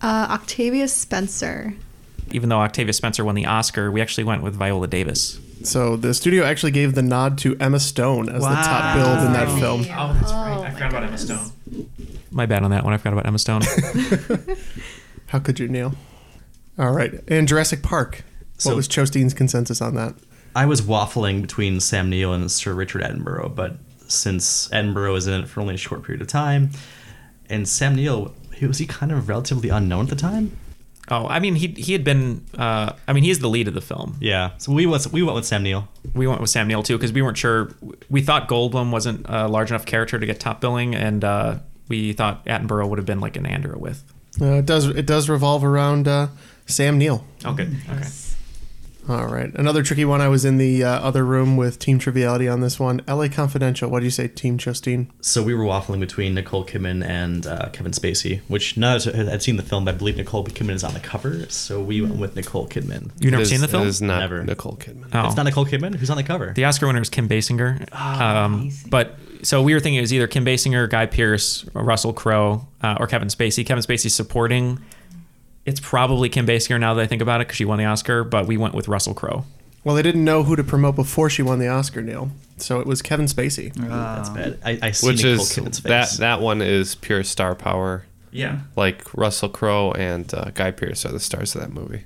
[SPEAKER 1] Uh, Octavia Spencer.
[SPEAKER 8] Even though Octavia Spencer won the Oscar, we actually went with Viola Davis.
[SPEAKER 6] So the studio actually gave the nod to Emma Stone as the top billed in that film.
[SPEAKER 8] Oh, that's right. I forgot about Emma Stone. My bad on that one. I forgot about Emma Stone.
[SPEAKER 6] How could you, Neil? All right, and Jurassic Park.
[SPEAKER 9] So-
[SPEAKER 6] what was Chosteen's consensus on that?
[SPEAKER 9] I was waffling between Sam Neill and Sir Richard Attenborough, but since Attenborough is in it for only a short period of time, and Sam Neill, he- was he kind of relatively unknown at the time?
[SPEAKER 8] oh, I mean, he he had been. Uh, I mean, he is the lead of the film.
[SPEAKER 9] Yeah. So we went we went with Sam Neill.
[SPEAKER 8] We went with Sam Neill too because we weren't sure. We thought Goldblum wasn't a large enough character to get top billing, and uh, we thought Attenborough would have been like an and or a with.
[SPEAKER 6] Uh, it does. It does revolve around uh, Sam Neill.
[SPEAKER 9] Oh, good.
[SPEAKER 13] Mm.
[SPEAKER 9] Okay.
[SPEAKER 6] All right. Another tricky one. I was in the uh, other room with Team Triviality on this one. L.A. Confidential. What do you say, Team Justine?
[SPEAKER 9] So we were waffling between Nicole Kidman and uh, Kevin Spacey, which now that I've seen the film, but I believe Nicole Kidman is on the cover, so we went with Nicole Kidman.
[SPEAKER 8] You've never It is- seen the film? it is
[SPEAKER 9] not Never. Nicole
[SPEAKER 7] Kidman.
[SPEAKER 8] Oh.
[SPEAKER 9] It's not Nicole Kidman. Who's on the cover?
[SPEAKER 8] The Oscar winner is Kim Basinger.
[SPEAKER 13] Oh,
[SPEAKER 8] um, but so we were thinking it was either Kim Basinger, Guy Pearce, Russell Crowe, uh, or Kevin Spacey. Kevin Spacey's supporting. It's probably Kim Basinger now that I think about it because she won the Oscar, but we went with Russell Crowe.
[SPEAKER 6] Well, they didn't know who to promote before she won the Oscar, Neil. So it was Kevin Spacey.
[SPEAKER 9] That's bad. I, I see
[SPEAKER 7] Which
[SPEAKER 9] Nicole
[SPEAKER 7] is
[SPEAKER 9] Kidman's face.
[SPEAKER 7] that that one is pure star power.
[SPEAKER 9] Yeah.
[SPEAKER 7] Like Russell Crowe and uh, Guy Pearce are the stars of that movie.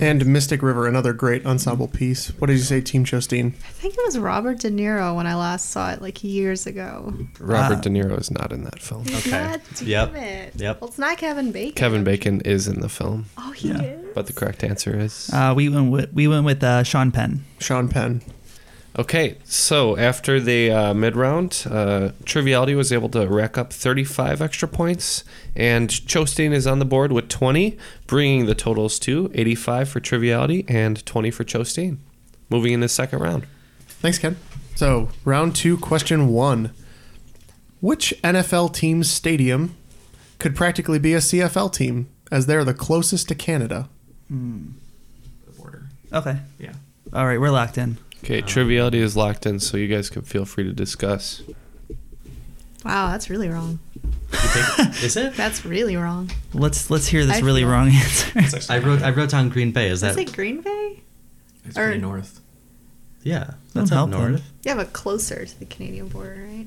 [SPEAKER 6] And Mystic River, another great ensemble piece. What did you say, Team Justine?
[SPEAKER 1] I think it was Robert De Niro when I last saw it, like years ago.
[SPEAKER 7] Robert
[SPEAKER 9] Ah.
[SPEAKER 7] De Niro is not in that film.
[SPEAKER 1] He's not- damn it. Well, it's not Kevin Bacon.
[SPEAKER 7] Kevin Bacon is in the film.
[SPEAKER 1] Oh, he Yeah. is?
[SPEAKER 7] But the correct answer is
[SPEAKER 13] Uh, we went with we went with uh, Sean Penn.
[SPEAKER 6] Sean Penn.
[SPEAKER 7] Okay, so after the uh, mid round, uh, Triviality was able to rack up 35 extra points, and Chostain is on the board with 20, bringing the totals to 85 for Triviality and 20 for Chostain. Moving in the second round.
[SPEAKER 6] Thanks, Ken. So, round two, question one. Which NFL team's stadium could practically be a CFL team, as they're the closest to Canada?
[SPEAKER 13] Okay.
[SPEAKER 9] Yeah.
[SPEAKER 13] All right, we're locked in.
[SPEAKER 7] Okay, Triviality is locked in, so you guys can feel free to discuss.
[SPEAKER 1] Wow, that's really wrong.
[SPEAKER 9] Is it?
[SPEAKER 1] That's really wrong.
[SPEAKER 13] Let's let's hear this
[SPEAKER 1] I
[SPEAKER 13] really
[SPEAKER 1] feel-
[SPEAKER 13] wrong answer.
[SPEAKER 9] I wrote I wrote down Green Bay. Is
[SPEAKER 1] Is
[SPEAKER 9] that
[SPEAKER 1] it Green Bay?
[SPEAKER 9] It's
[SPEAKER 1] Or- pretty
[SPEAKER 9] north. Yeah, that's
[SPEAKER 13] Don't
[SPEAKER 9] up
[SPEAKER 13] help
[SPEAKER 9] north.
[SPEAKER 13] them.
[SPEAKER 1] Yeah, but closer to the Canadian border, right?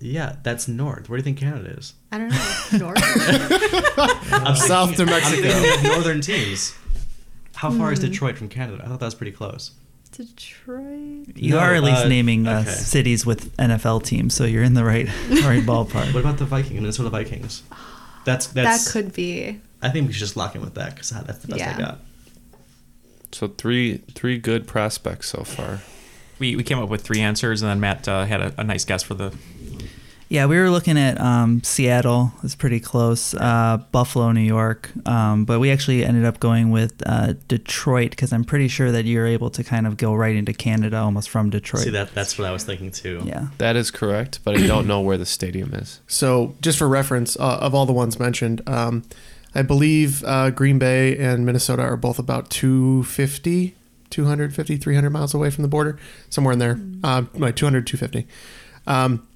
[SPEAKER 9] Yeah, that's north. Where do you think Canada is?
[SPEAKER 1] I don't know. North.
[SPEAKER 9] I'm
[SPEAKER 6] South to
[SPEAKER 9] thinking- I'm
[SPEAKER 6] Mexico.
[SPEAKER 9] thinking of northern teams. How far is
[SPEAKER 1] Hmm.
[SPEAKER 9] Detroit from Canada? I thought that was pretty close.
[SPEAKER 1] Detroit.
[SPEAKER 13] You
[SPEAKER 9] No,
[SPEAKER 13] are at least
[SPEAKER 9] uh,
[SPEAKER 13] naming uh,
[SPEAKER 9] okay.
[SPEAKER 13] cities with NFL teams, so you're in the right right ballpark.
[SPEAKER 9] What about the Vikings? Minnesota Vikings. That's that's.
[SPEAKER 1] That could be.
[SPEAKER 9] I think we should just lock in with that because that's the best
[SPEAKER 1] Yeah.
[SPEAKER 9] I got.
[SPEAKER 7] So, three three good prospects so far.
[SPEAKER 8] We, we came up with three answers, and then Matt uh, had a, a nice guess for the.
[SPEAKER 13] Yeah, we were looking at um, Seattle. It's pretty close. Uh, Buffalo, New York, um, but we actually ended up going with uh, Detroit because I'm pretty sure that you're able to kind of go right into Canada almost from Detroit.
[SPEAKER 9] See that? That's what I was thinking too.
[SPEAKER 13] Yeah.
[SPEAKER 7] That is correct, but I don't know where the stadium is.
[SPEAKER 6] So, just for reference, uh, of all the ones mentioned, um, I believe uh, Green Bay and Minnesota are both about 250, 250, 300 miles away from the border, somewhere in there. Uh, like 200, 250. Um,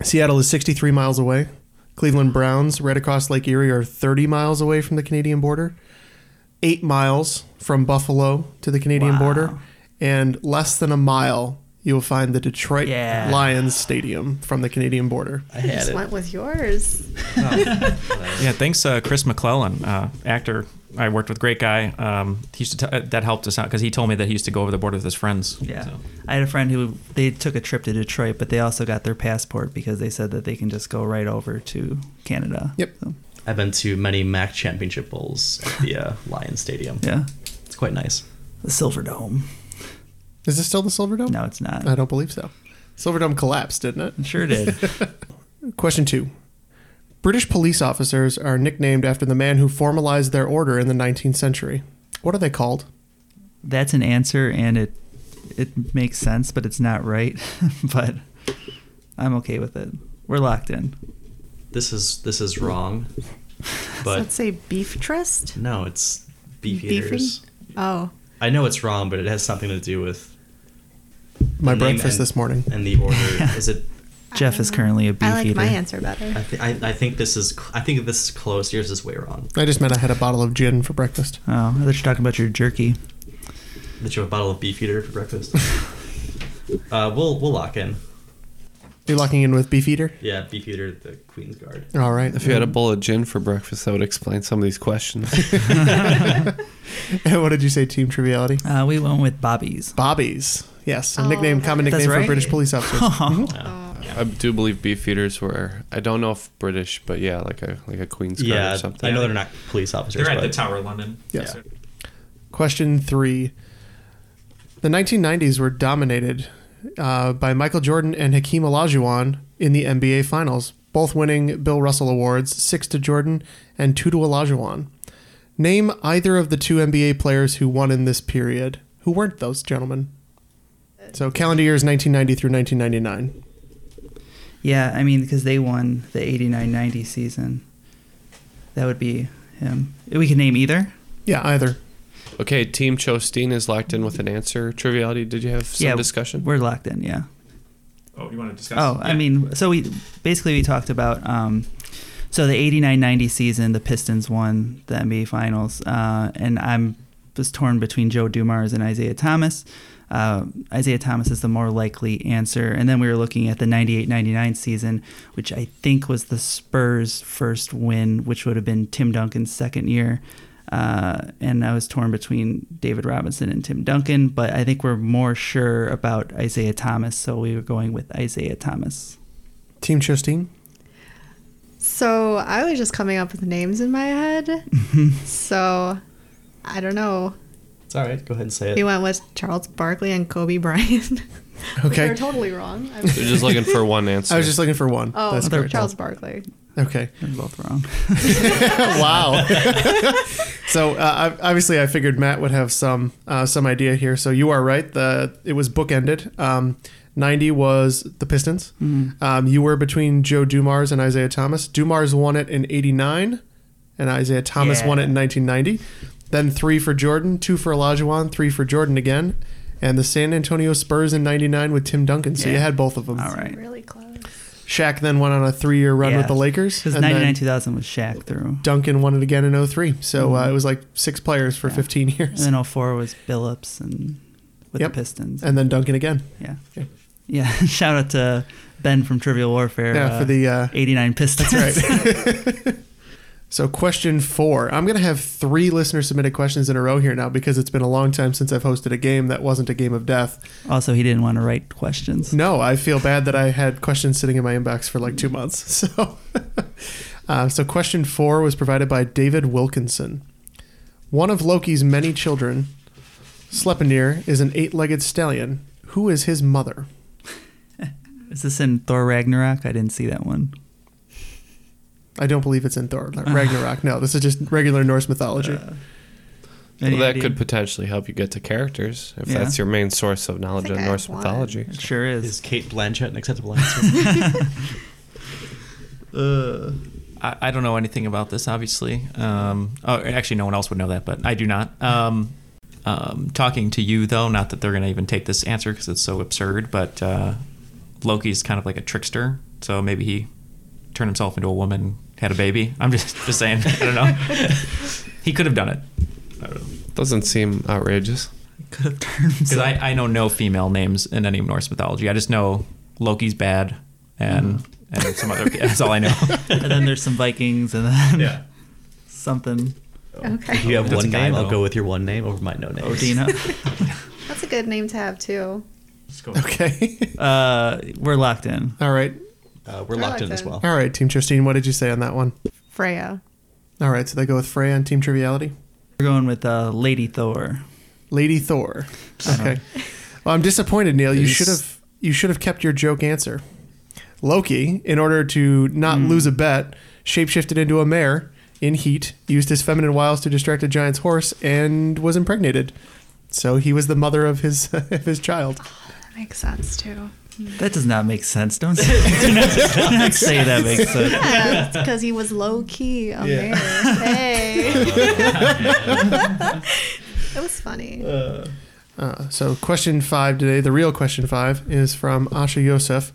[SPEAKER 6] Seattle is 63 miles away. Cleveland Browns, right across Lake Erie, are 30 miles away from the Canadian border, eight miles from Buffalo to the Canadian border, and less than a mile. You'll find the Detroit
[SPEAKER 13] Yeah.
[SPEAKER 6] Lions Stadium from the Canadian border.
[SPEAKER 1] I just went with yours.
[SPEAKER 8] Yeah, thanks, uh, Chris McClellan, uh, actor. I worked with great guy. Um, he used to t- uh, that helped us out because he told me that he used to go over the border with his friends.
[SPEAKER 13] Yeah. I had a friend who they took a trip to Detroit, but they also got their passport because they said that they can just go right over to Canada. Yep.
[SPEAKER 9] I've been to many MAC championship bowls at the uh, Lion Stadium.
[SPEAKER 13] Yeah.
[SPEAKER 9] it's quite nice.
[SPEAKER 13] The Silver Dome.
[SPEAKER 6] Is this still the Silver Dome?
[SPEAKER 13] No, it's not.
[SPEAKER 6] I don't believe so. Silver Dome collapsed, didn't it?
[SPEAKER 13] Sure did.
[SPEAKER 6] Question two. British police officers are nicknamed after the man who formalized their order in the 19th century. What are they called?
[SPEAKER 13] That's an answer, and it it makes sense, but it's not right. but I'm okay with it. We're locked in.
[SPEAKER 9] This is this is wrong,
[SPEAKER 1] So
[SPEAKER 9] but
[SPEAKER 1] let's say beef trust.
[SPEAKER 9] no, it's beef
[SPEAKER 1] Beefy?
[SPEAKER 9] eaters.
[SPEAKER 1] Oh,
[SPEAKER 9] I know it's wrong, but it has something to do with
[SPEAKER 6] My
[SPEAKER 9] the name
[SPEAKER 6] breakfast
[SPEAKER 9] and-
[SPEAKER 6] this morning.
[SPEAKER 9] and the order. Is it?
[SPEAKER 13] Jeff is currently a beef
[SPEAKER 1] I like
[SPEAKER 13] eater.
[SPEAKER 1] my answer better.
[SPEAKER 9] I, th- I, I think this is cl- I think this is close. Yours is way wrong.
[SPEAKER 6] I just meant I had a bottle of gin for breakfast.
[SPEAKER 13] Oh, I thought you were talking about your jerky.
[SPEAKER 9] Did you have a bottle of beef eater for breakfast? uh, we'll we'll lock in.
[SPEAKER 6] You're locking in with Beef Eater?
[SPEAKER 9] Yeah, beef eater, the Queen's Guard.
[SPEAKER 6] All right.
[SPEAKER 7] If you had a bowl of gin for breakfast, that would explain some of these questions.
[SPEAKER 6] And what did you say, Team Triviality?
[SPEAKER 13] Uh, we went with Bobby's.
[SPEAKER 6] Bobby's. Yes, a nickname, common
[SPEAKER 13] That's
[SPEAKER 6] nickname
[SPEAKER 13] right.
[SPEAKER 6] for British police officers. Mhm.
[SPEAKER 7] I do believe beefeaters were. I don't know if British, but yeah, like a like a Queen's Guard
[SPEAKER 9] Yeah,
[SPEAKER 7] or something.
[SPEAKER 9] I know they're not police officers.
[SPEAKER 8] They're at the
[SPEAKER 9] but-
[SPEAKER 8] Tower of London.
[SPEAKER 6] Yes. Question three. The 1990s were dominated uh, by Michael Jordan and Hakeem Olajuwon in the NBA Finals, both winning Bill Russell awards, six to Jordan and two to Olajuwon. Name either of the two NBA players who won in this period. Who weren't those gentlemen? So calendar years 1990 through 1999.
[SPEAKER 13] Yeah, I mean, because they won the 89 90 season. That would be him. We can name either.
[SPEAKER 6] Yeah, either.
[SPEAKER 7] Okay, Team Chosteen is locked in with an answer. Triviality, did you have some
[SPEAKER 13] yeah,
[SPEAKER 7] discussion?
[SPEAKER 13] We're locked in, yeah.
[SPEAKER 7] Oh, you want to discuss?
[SPEAKER 13] Oh, I mean, so we basically we talked about um, so the 89-90 season, the Pistons won the NBA Finals, uh, and I'm was torn between Joe Dumars and Isaiah Thomas. Uh, Isaiah Thomas is the more likely answer, and then we were looking at the 98-99 season, which I think was the Spurs' first win, which would have been Tim Duncan's second year. Uh, and I was torn between David Robinson and Tim Duncan, but I think we're more sure about Isaiah Thomas, so we were going with Isaiah Thomas.
[SPEAKER 6] Team Chosteen?
[SPEAKER 1] So I was just coming up with names in my head. so I don't know.
[SPEAKER 9] It's all right. Go ahead and say
[SPEAKER 1] We went with Charles Barkley and Kobe Bryant.
[SPEAKER 6] Okay.
[SPEAKER 1] They're totally wrong. I'm-
[SPEAKER 7] They're just looking for one answer.
[SPEAKER 6] I was just looking for one.
[SPEAKER 1] Oh,
[SPEAKER 6] That's correct.
[SPEAKER 1] Charles Barkley.
[SPEAKER 6] Okay.
[SPEAKER 13] They're both wrong.
[SPEAKER 6] wow. so uh, I- obviously, I figured Matt would have some uh, some idea here. So you are right. The it was bookended. Um, Ninety was the Pistons.
[SPEAKER 13] Mhm.
[SPEAKER 6] Um, you were between Joe Dumars and Isaiah Thomas. Dumars won it in '89, and Isaiah Thomas won it in 1990. Then three for Jordan, two for Olajuwon, three for Jordan again, and the San Antonio Spurs in '99 with Tim Duncan. So you
[SPEAKER 13] Yeah.
[SPEAKER 6] had both of them. All
[SPEAKER 13] right.
[SPEAKER 1] Really close.
[SPEAKER 6] Shaq then went on a three-year run
[SPEAKER 13] Yeah.
[SPEAKER 6] with the Lakers.
[SPEAKER 13] Because
[SPEAKER 6] and then-
[SPEAKER 13] 99 2000 was Shaq through.
[SPEAKER 6] Duncan won it again in 03. So uh,
[SPEAKER 13] Mhm.
[SPEAKER 6] it was like six players for 15 years.
[SPEAKER 13] And then 04 was Billups and with the Pistons.
[SPEAKER 6] And then Duncan again.
[SPEAKER 13] Yeah. Yeah. Shout out to Ben from Trivial Warfare.
[SPEAKER 6] Yeah, for the, uh,
[SPEAKER 13] 89 Pistons.
[SPEAKER 6] That's right. so question four. I'm going to have three listener submitted questions in a row here now because it's been a long time since I've hosted a game that wasn't a game of death.
[SPEAKER 13] also, he didn't want to write questions.
[SPEAKER 6] No, I feel bad that I had questions sitting in my inbox for like two months. So, uh, so question four was provided by David Wilkinson. One of Loki's many children, Sleipnir, is an eight-legged stallion. Who is his mother?
[SPEAKER 13] Is this in Thor Ragnarok? I didn't see that one.
[SPEAKER 6] I don't believe it's in Thor Ragnarok. No, this is just regular Norse mythology.
[SPEAKER 13] Uh,
[SPEAKER 7] Well,
[SPEAKER 6] Any
[SPEAKER 7] that
[SPEAKER 6] idea?
[SPEAKER 7] could potentially help you get to characters if
[SPEAKER 6] Yeah.
[SPEAKER 7] that's your main source of knowledge of
[SPEAKER 6] think I
[SPEAKER 7] Norse
[SPEAKER 6] have one.
[SPEAKER 7] mythology.
[SPEAKER 13] It sure is.
[SPEAKER 9] Is Kate Blanchett an acceptable answer?
[SPEAKER 8] Uh, I, I don't know anything about this, obviously. Um, oh, actually, no one else would know that, but I do not. Um, um, talking to you, though, not that they're going to even take this answer because it's so absurd, but uh, Loki's kind of like a trickster, so maybe he turned himself into a woman, had a baby. I'm just, just saying. I don't know. he could have done it. I don't know.
[SPEAKER 7] Doesn't seem outrageous.
[SPEAKER 13] Could have turned
[SPEAKER 8] Because I, I know no female names in any Norse mythology. I just know Loki's bad and
[SPEAKER 13] Mm-hmm.
[SPEAKER 8] and some other. That's all I know.
[SPEAKER 13] and then there's some Vikings and then
[SPEAKER 8] Yeah.
[SPEAKER 13] something.
[SPEAKER 1] Okay.
[SPEAKER 9] If you have
[SPEAKER 8] That's
[SPEAKER 9] one
[SPEAKER 8] a guy,
[SPEAKER 9] name, I'll
[SPEAKER 8] though.
[SPEAKER 9] go with your one name over my no name.
[SPEAKER 13] Oh, Odina.
[SPEAKER 1] That's a good name to have too.
[SPEAKER 6] Okay.
[SPEAKER 13] uh, we're locked in.
[SPEAKER 6] All right.
[SPEAKER 9] Uh, we're
[SPEAKER 1] I locked like in as that. well.
[SPEAKER 6] All right, Team Justine, what did you say on that one?
[SPEAKER 1] Freya.
[SPEAKER 6] All right, so they go with Freya and Team Triviality.
[SPEAKER 13] We're going with uh, Lady Thor. Uh-huh.
[SPEAKER 6] Lady Thor. Okay. well, I'm disappointed, Neil. You
[SPEAKER 13] Is-
[SPEAKER 6] should have you should have kept your joke answer. Loki, in order to not
[SPEAKER 13] Hmm.
[SPEAKER 6] lose a bet, shapeshifted into a mare in heat, used his feminine wiles to distract a giant's horse, and was impregnated. So he was the mother of his of his child.
[SPEAKER 1] That makes sense too.
[SPEAKER 13] That does not make sense. Don't say, do not, do not say that makes sense.
[SPEAKER 1] because he was low key a
[SPEAKER 13] Yeah.
[SPEAKER 1] mayor. Hey. it was funny.
[SPEAKER 6] Uh, so, question five today, the real question five, is from Asha Yosef.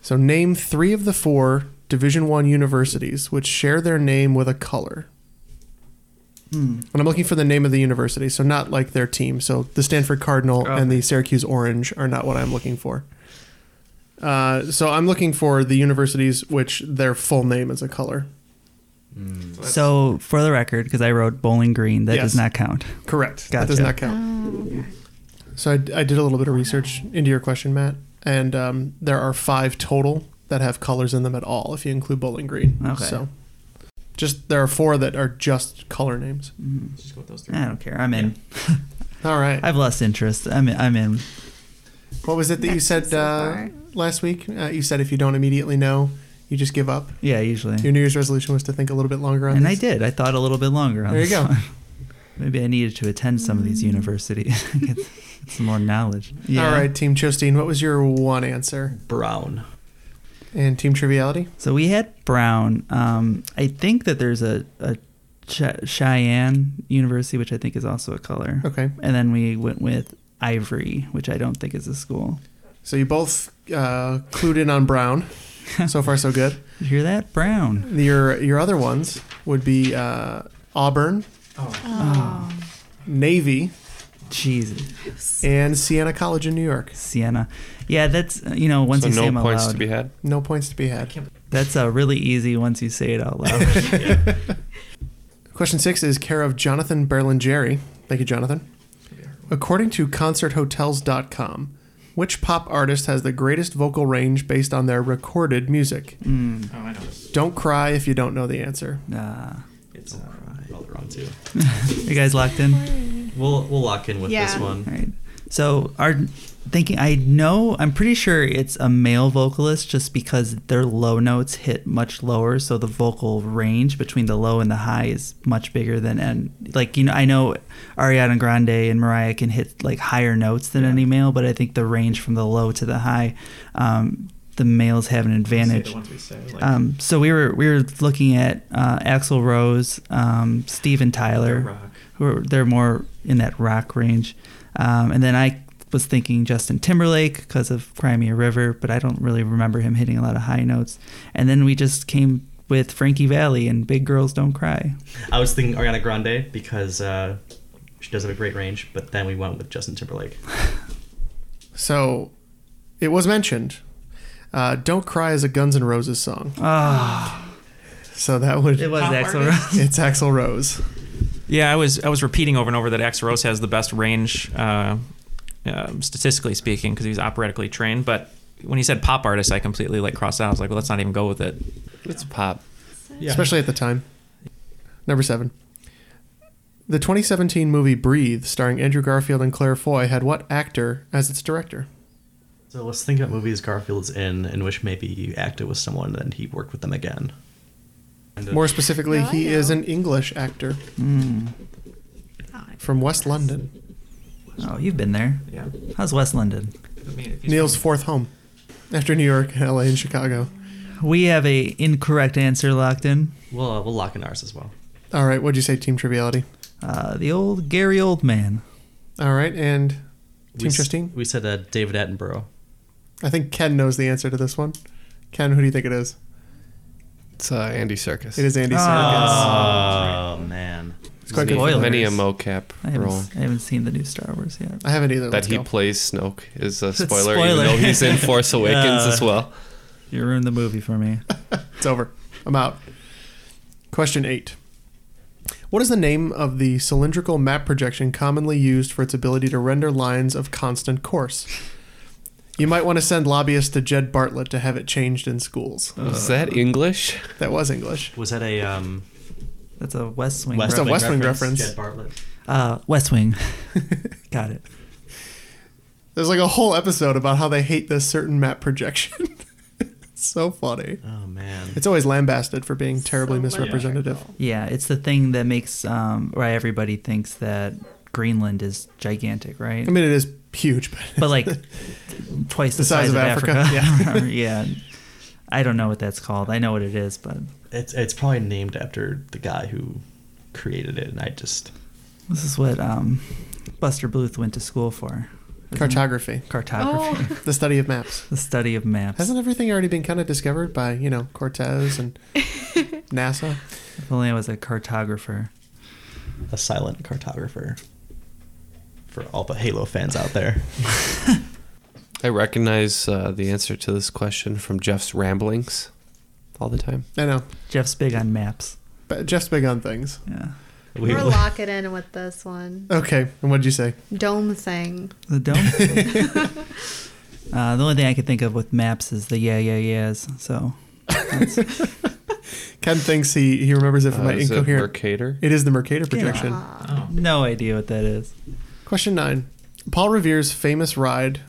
[SPEAKER 6] So, name three of the four Division One universities which share their name with a color.
[SPEAKER 13] Hmm.
[SPEAKER 6] And I'm looking for the name of the university, so not like their team. So, the Stanford Cardinal and the Syracuse Orange are not what I'm looking for. Uh, so, I'm looking for the universities which their full name is a color.
[SPEAKER 13] So, for the record, because I wrote Bowling Green, that does
[SPEAKER 6] Yes.
[SPEAKER 13] not count.
[SPEAKER 6] Correct. That does
[SPEAKER 13] Gotcha.
[SPEAKER 6] not count. So I, I did a little bit of research into your question, Matt, and um, there are five total that have colors in them at all, if you include Bowling Green.
[SPEAKER 13] Okay.
[SPEAKER 6] So just there are four that are just color names.
[SPEAKER 8] Just go with those three.
[SPEAKER 13] Mm-hmm. I don't care. I'm in.
[SPEAKER 6] All right.
[SPEAKER 13] I've lost interest. I'm in. I'm in.
[SPEAKER 6] What was it that you said uh, last week? Uh, you said if you don't immediately know, You just give up.
[SPEAKER 13] Yeah, usually.
[SPEAKER 6] Your New Year's resolution was to think a little bit longer on
[SPEAKER 13] And I
[SPEAKER 6] these?
[SPEAKER 13] did. I thought a little bit longer on
[SPEAKER 6] There you
[SPEAKER 13] this
[SPEAKER 6] go. Mm.
[SPEAKER 13] one. Maybe I needed to attend some of these universities, get some more knowledge.
[SPEAKER 6] All right, Team Chosteen, what was your one answer?
[SPEAKER 9] Brown.
[SPEAKER 6] And Team Triviality?
[SPEAKER 13] So we had Brown. Um, I think that there's a, a Ch- Cheyenne University, which I think is also a color.
[SPEAKER 6] Okay.
[SPEAKER 13] And then we went with Ivory, which I don't think is a school.
[SPEAKER 6] So you both uh, clued in on Brown. So far, so good.
[SPEAKER 13] You hear that, Brown?
[SPEAKER 6] Your your other ones would be uh, Auburn,
[SPEAKER 13] Oh.
[SPEAKER 6] Navy,
[SPEAKER 13] Jesus,
[SPEAKER 6] and Siena College in New York.
[SPEAKER 13] Sienna. Yeah, that's, uh, you
[SPEAKER 6] Oh,
[SPEAKER 13] know, once
[SPEAKER 7] So
[SPEAKER 13] you
[SPEAKER 7] no
[SPEAKER 13] say them
[SPEAKER 7] points
[SPEAKER 13] aloud,
[SPEAKER 7] to be had?
[SPEAKER 6] No points to be had.
[SPEAKER 13] That's uh, really easy once you say it out loud.
[SPEAKER 6] Question six is care of Jonathan Berlingeri. Thank you, Jonathan. According to concerthotels.com, which pop artist has the greatest vocal range based on their recorded music?
[SPEAKER 13] Mm.
[SPEAKER 9] Oh, I know.
[SPEAKER 6] Don't cry if you don't know the answer.
[SPEAKER 13] Nah.
[SPEAKER 9] It's all right. All wrong too.
[SPEAKER 13] you guys locked in?
[SPEAKER 9] We'll we'll lock in with this
[SPEAKER 13] Yeah.
[SPEAKER 9] one.
[SPEAKER 13] Right. So our thinking I know I'm pretty sure it's a male vocalist just because their low notes hit much lower so the vocal range between the low and the high is much bigger than and like you know I know Ariana Grande and Mariah can hit like higher notes than any male but I think the range from the low to the high um, the males have an advantage.
[SPEAKER 9] ones we say, like-
[SPEAKER 13] um, so we were we were looking at uh, Axl Rose, um, Steven Tyler,
[SPEAKER 9] They're rock.
[SPEAKER 13] who are they're more in that rock range. Um, and then I was thinking Justin Timberlake because of Crimea River, but I don't really remember him hitting a lot of high notes. And then we just came with Frankie Valley and Big Girls Don't Cry.
[SPEAKER 9] I was thinking Ariana Grande because uh, she does have a great range, but then we went with Justin Timberlake.
[SPEAKER 6] So it was mentioned. Uh, Don't Cry is a Guns N' Roses song.
[SPEAKER 13] Ah.
[SPEAKER 6] So that would.
[SPEAKER 13] It was Pop Axl artist? Rose.
[SPEAKER 6] It's Axl Rose.
[SPEAKER 8] Yeah, I was I was repeating over and over that Axl Rose has the best range, uh, um, statistically speaking, because he's operatically trained. But when he said pop artist, I completely like crossed out. I was like, well, let's not even go with it. It's pop.
[SPEAKER 6] especially at the time. Number seven. The 2017 movie Breathe, starring Andrew Garfield and Claire Foy, had what actor as its director?
[SPEAKER 9] So let's think about movies Garfield's in, in which maybe you acted with someone and he worked with them again. And, uh,
[SPEAKER 6] More specifically, he is an English actor from West London,
[SPEAKER 13] Oh, you've been there.
[SPEAKER 8] Yeah.
[SPEAKER 13] How's West London?
[SPEAKER 6] Neil's fourth home after New York, LA, and Chicago.
[SPEAKER 13] We have a incorrect answer locked in.
[SPEAKER 9] We'll uh, we'll lock in ours as well.
[SPEAKER 6] All right, what'd you say, Team Triviality?
[SPEAKER 13] Uh, the old Gary Oldman.
[SPEAKER 6] All right, and
[SPEAKER 9] we
[SPEAKER 6] Team
[SPEAKER 9] s-
[SPEAKER 6] Justine?
[SPEAKER 9] We said uh, David Attenborough.
[SPEAKER 6] I think Ken knows the answer to this one. Ken, who do you think it is?
[SPEAKER 7] It's uh, Andy Circus.
[SPEAKER 6] It is Andy
[SPEAKER 13] Ah.
[SPEAKER 9] Oh, man.
[SPEAKER 6] It's quite good for
[SPEAKER 7] Many a
[SPEAKER 6] memories.
[SPEAKER 7] mocap
[SPEAKER 13] I
[SPEAKER 7] role.
[SPEAKER 13] haven't, I haven't seen the new Star Wars yet.
[SPEAKER 6] I haven't either.
[SPEAKER 7] That he plays Snoke is a
[SPEAKER 13] That's
[SPEAKER 7] spoiler, even though he's in Force Awakens
[SPEAKER 13] Yeah.
[SPEAKER 7] as well.
[SPEAKER 13] You ruined the movie for me.
[SPEAKER 6] It's over. I'm out. Question eight. What is the name of the cylindrical map projection commonly used for its ability to render lines of constant course? You might want to send lobbyists to Jed Bartlett to have it changed in schools.
[SPEAKER 7] Was that English?
[SPEAKER 6] That was English.
[SPEAKER 9] Was that a um,
[SPEAKER 13] That's a West Wing.
[SPEAKER 6] West
[SPEAKER 13] reference.
[SPEAKER 6] Wing West Wing reference.
[SPEAKER 9] Jed Bartlett.
[SPEAKER 13] Uh, West Wing. Got it.
[SPEAKER 6] There's like a whole episode about how they hate this certain map projection. it's so funny.
[SPEAKER 9] Oh man.
[SPEAKER 6] It's always lambasted for being terribly misrepresentative.
[SPEAKER 13] Yeah, it's the thing that makes um, why everybody thinks that Greenland is gigantic, right?
[SPEAKER 6] I mean, it is huge, but,
[SPEAKER 13] but like twice the, size, of, Africa. Yeah. I don't know what that's called. I know what it is, but
[SPEAKER 9] It's it's probably named after the guy who created it, and I just
[SPEAKER 13] this is what um, Buster Bluth went to school for. Isn't it?
[SPEAKER 6] Cartography.
[SPEAKER 1] Oh.
[SPEAKER 13] Cartography.
[SPEAKER 6] the study of maps.
[SPEAKER 13] The study of maps.
[SPEAKER 6] Hasn't everything already been kind of discovered by, you know, Cortez and NASA?
[SPEAKER 13] If only I was a cartographer.
[SPEAKER 9] a silent cartographer for all the Halo fans out there.
[SPEAKER 7] I recognize uh, the answer to this question from Jeff's ramblings all the time.
[SPEAKER 6] I know.
[SPEAKER 13] Jeff's big on maps.
[SPEAKER 6] But Jeff's big on things.
[SPEAKER 13] Yeah.
[SPEAKER 1] We're locking in with this one.
[SPEAKER 6] Okay, and what did you say?
[SPEAKER 1] Dome thing.
[SPEAKER 13] The dome. uh, the only thing I could think of with maps is the yeah yeah yeahs. So
[SPEAKER 6] Ken thinks he, he remembers it from
[SPEAKER 7] Uh,
[SPEAKER 6] my
[SPEAKER 7] is it
[SPEAKER 6] incoherent.
[SPEAKER 7] Mercator?
[SPEAKER 6] It is the Mercator projection.
[SPEAKER 8] Oh.
[SPEAKER 13] no idea what that is.
[SPEAKER 6] Question nine. Paul Revere's famous
[SPEAKER 13] Ah.
[SPEAKER 6] ride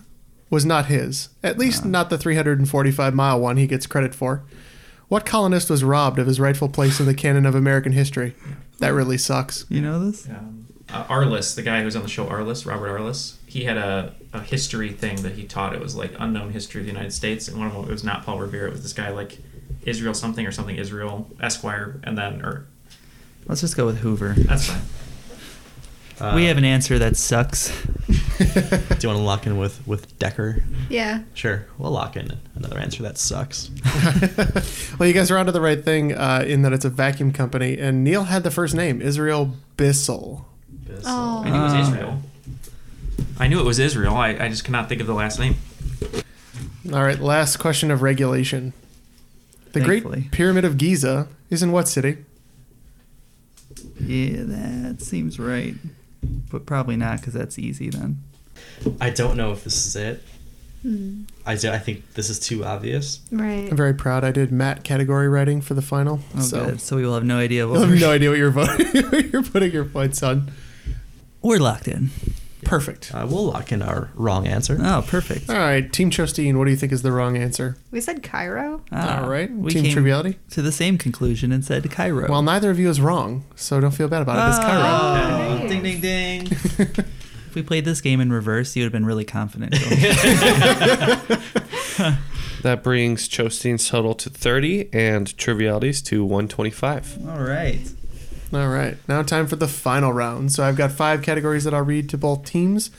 [SPEAKER 6] was not his, at least not the 345 mile one he gets credit for. What colonist was robbed of his rightful place in the canon of American history? That really sucks.
[SPEAKER 14] You know this?
[SPEAKER 8] uh, Arliss, the guy who was on the show Arliss, Robert Arliss, he had a, a history thing that he taught. It was like unknown history of the United States, and one of them it was not Paul Revere. It was this guy like Israel something or something Israel Esquire, and then or
[SPEAKER 14] Let's just go with Hoover.
[SPEAKER 8] that's fine.
[SPEAKER 14] we have an answer that sucks.
[SPEAKER 9] Uh, Do you want to lock in with with Decker?
[SPEAKER 15] Yeah.
[SPEAKER 9] Sure, we'll lock in another answer that sucks.
[SPEAKER 6] Well, you guys are onto the right thing uh, in that it's a vacuum company, and Neil had the first name Israel Bissell.
[SPEAKER 15] Oh.
[SPEAKER 8] I knew it
[SPEAKER 14] Ah.
[SPEAKER 8] was Israel. I knew it was Israel. I, I just cannot think of the last name.
[SPEAKER 6] All right, last question of regulation. The
[SPEAKER 14] Thankfully.
[SPEAKER 6] Great Pyramid of Giza is in what city?
[SPEAKER 14] Yeah, that seems right. But probably not because that's easy then.
[SPEAKER 9] I don't know if this is it.
[SPEAKER 15] Hmm.
[SPEAKER 9] I do, I think this is too obvious.
[SPEAKER 15] Right.
[SPEAKER 6] I'm very proud. I did Matt category writing for the final.
[SPEAKER 14] Oh,
[SPEAKER 6] so
[SPEAKER 14] good. So we will have no idea what
[SPEAKER 6] you'll
[SPEAKER 14] we're-
[SPEAKER 6] have no idea what you're voting. what you're putting your points on.
[SPEAKER 14] We're locked in.
[SPEAKER 6] Perfect.
[SPEAKER 9] Uh, we'll lock in our wrong answer.
[SPEAKER 14] Oh, perfect.
[SPEAKER 6] All right, Team Chostine, what do you think is the wrong answer?
[SPEAKER 15] We said Cairo.
[SPEAKER 6] All right,
[SPEAKER 14] Ah, we
[SPEAKER 6] Team
[SPEAKER 14] came
[SPEAKER 6] Triviality.
[SPEAKER 14] To the same conclusion and said Cairo.
[SPEAKER 6] Well, neither of you is wrong, so don't feel bad about it. It's Cairo.
[SPEAKER 14] Oh,
[SPEAKER 15] Nice.
[SPEAKER 14] Ding, ding, ding. if we played this game in reverse, you would have been really confident. going.
[SPEAKER 7] That brings Chostine's total to 30 and Trivialities to 125.
[SPEAKER 14] All right.
[SPEAKER 6] All right, now time for the final round. So I've got five categories that I'll read to both teams.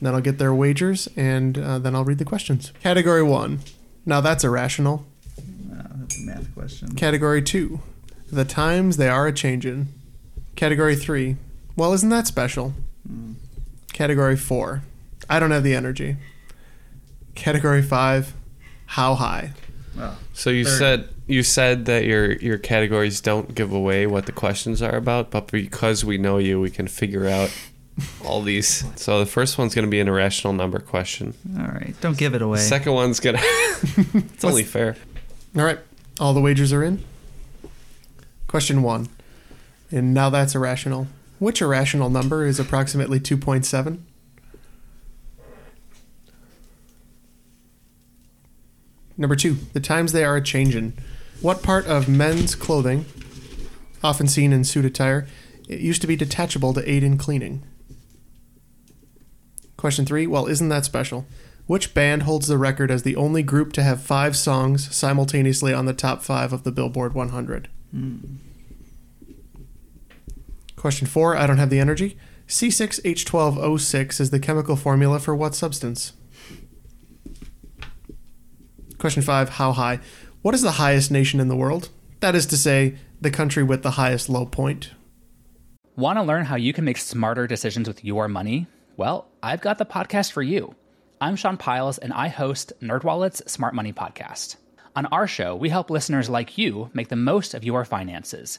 [SPEAKER 6] Then I'll get their wagers, and uh, then I'll read the questions. Category one. Now that's irrational.
[SPEAKER 14] that's a math question.
[SPEAKER 6] Category two. The times they are a changin'. Category three. Well, isn't that special?
[SPEAKER 14] Hmm.
[SPEAKER 6] Category four. I don't have the energy. Category five. How high?
[SPEAKER 7] So you
[SPEAKER 6] Thirty.
[SPEAKER 7] said you said that your your categories don't give away what the questions are about, but because we know you, we can figure out all these. So the first one's going to be an irrational number question.
[SPEAKER 14] All right, don't give it away.
[SPEAKER 7] Second one's going to It's only fair.
[SPEAKER 6] All right. All the wagers are in. Question one. And now that's irrational. Which irrational number is approximately 2.7? Number two. The times they are a changin'. What part of men's clothing, often seen in suit attire, it used to be detachable to aid in cleaning? Question three. Well, isn't that special? Which band holds the record as the only group to have five songs simultaneously on the top five of the Billboard 100? Question four. I don't have the energy. C6H12O6 is the chemical formula for what substance? Question five. How high? What is the highest nation in the world? That is to say, the country with the highest low point.
[SPEAKER 16] Want to learn how you can make smarter decisions with your money? Well, I've got the podcast for you. I'm Sean Piles and I host NerdWallet's Smart Money Podcast. On our show, we help listeners like you make the most of your finances.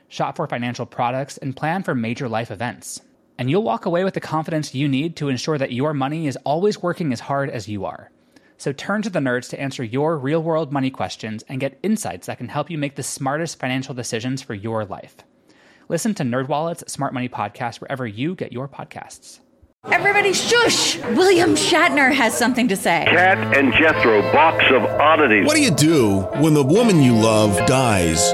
[SPEAKER 16] shop for financial products, and plan for major life events. And you'll walk away with the confidence you need to ensure that your money is always working as hard as you are. So turn to the nerds to answer your real world money questions and get insights that can help you make the smartest financial decisions for your life. Listen to NerdWallet's Smart Money Podcast wherever you get your podcasts.
[SPEAKER 1] Everybody, shush! William Shatner has something to say.
[SPEAKER 17] Cat and Jethro, box of oddities.
[SPEAKER 2] What do you do when the woman you love dies?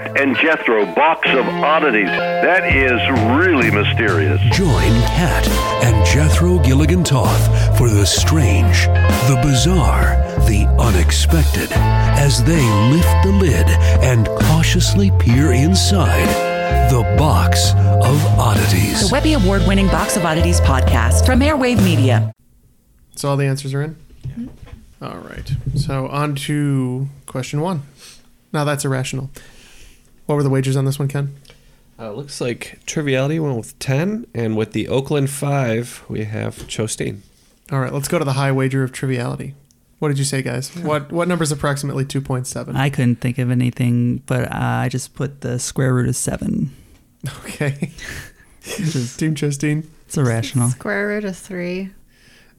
[SPEAKER 18] Cat and Jethro Box of Oddities. That is really mysterious.
[SPEAKER 2] Join Kat and Jethro Gilligan Toth for the strange, the bizarre, the unexpected as they lift the lid and cautiously peer inside the box of oddities.
[SPEAKER 19] The Webby Award winning Box of Oddities podcast from Airwave Media.
[SPEAKER 6] So all the answers are in? All right. So on to question one. Now that's irrational. What were the wagers on this one, Ken?
[SPEAKER 7] Uh, looks like Triviality went with 10, and with the Oakland 5, we have Chostain.
[SPEAKER 6] All right, let's go to the high wager of triviality. What did you say, guys? What what number is approximately 2.7?
[SPEAKER 13] I couldn't think of anything, but uh, I just put the square root of seven.
[SPEAKER 6] Okay. Team Chostain.
[SPEAKER 13] It's irrational.
[SPEAKER 1] Square root of three.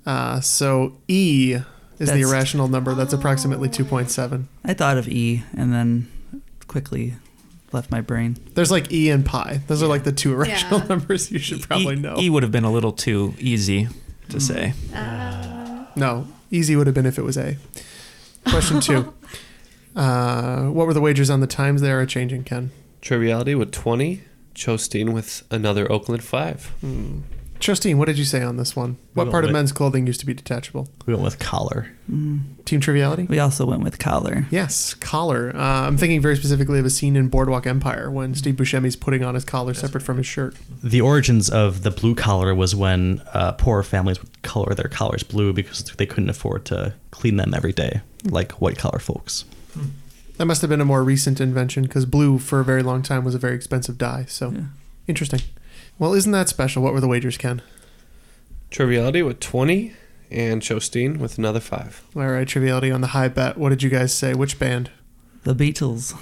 [SPEAKER 6] Uh, so E is the
[SPEAKER 13] That's-
[SPEAKER 6] irrational number. That's approximately 2.7.
[SPEAKER 13] I thought of E and then quickly left my brain.
[SPEAKER 6] There's like E and pi. Those are like the two irrational numbers you should probably know.
[SPEAKER 8] E would have been a little too easy to say.
[SPEAKER 6] No, easy would have been if it was A. Question two. uh, what were the wagers on the times they are changing, Ken?
[SPEAKER 7] Triviality with 20, Chostain with another Oakland 5.
[SPEAKER 6] Hmm. Justine, what did you say on this one?
[SPEAKER 7] We
[SPEAKER 6] What
[SPEAKER 7] went
[SPEAKER 6] part of
[SPEAKER 7] with-
[SPEAKER 6] men's clothing used to be detachable?
[SPEAKER 9] We went with collar.
[SPEAKER 6] Team Triviality?
[SPEAKER 13] We also went with collar.
[SPEAKER 6] Yes, collar. Uh, I'm thinking very specifically of a scene in Boardwalk Empire when Steve Buscemi's putting on his collar separate from his shirt.
[SPEAKER 9] The origins of the blue collar was when uh, poor families would color their collars blue because they couldn't afford to clean them every day, like white collar folks.
[SPEAKER 6] That must have been a more recent invention because blue for a very long time was a very expensive dye. So interesting. Well, isn't that special? What were the wagers, Ken?
[SPEAKER 7] Triviality with 20, and Chostain with another 5.
[SPEAKER 6] All right, Triviality on the high bet. What did you guys say? Which band?
[SPEAKER 13] The Beatles.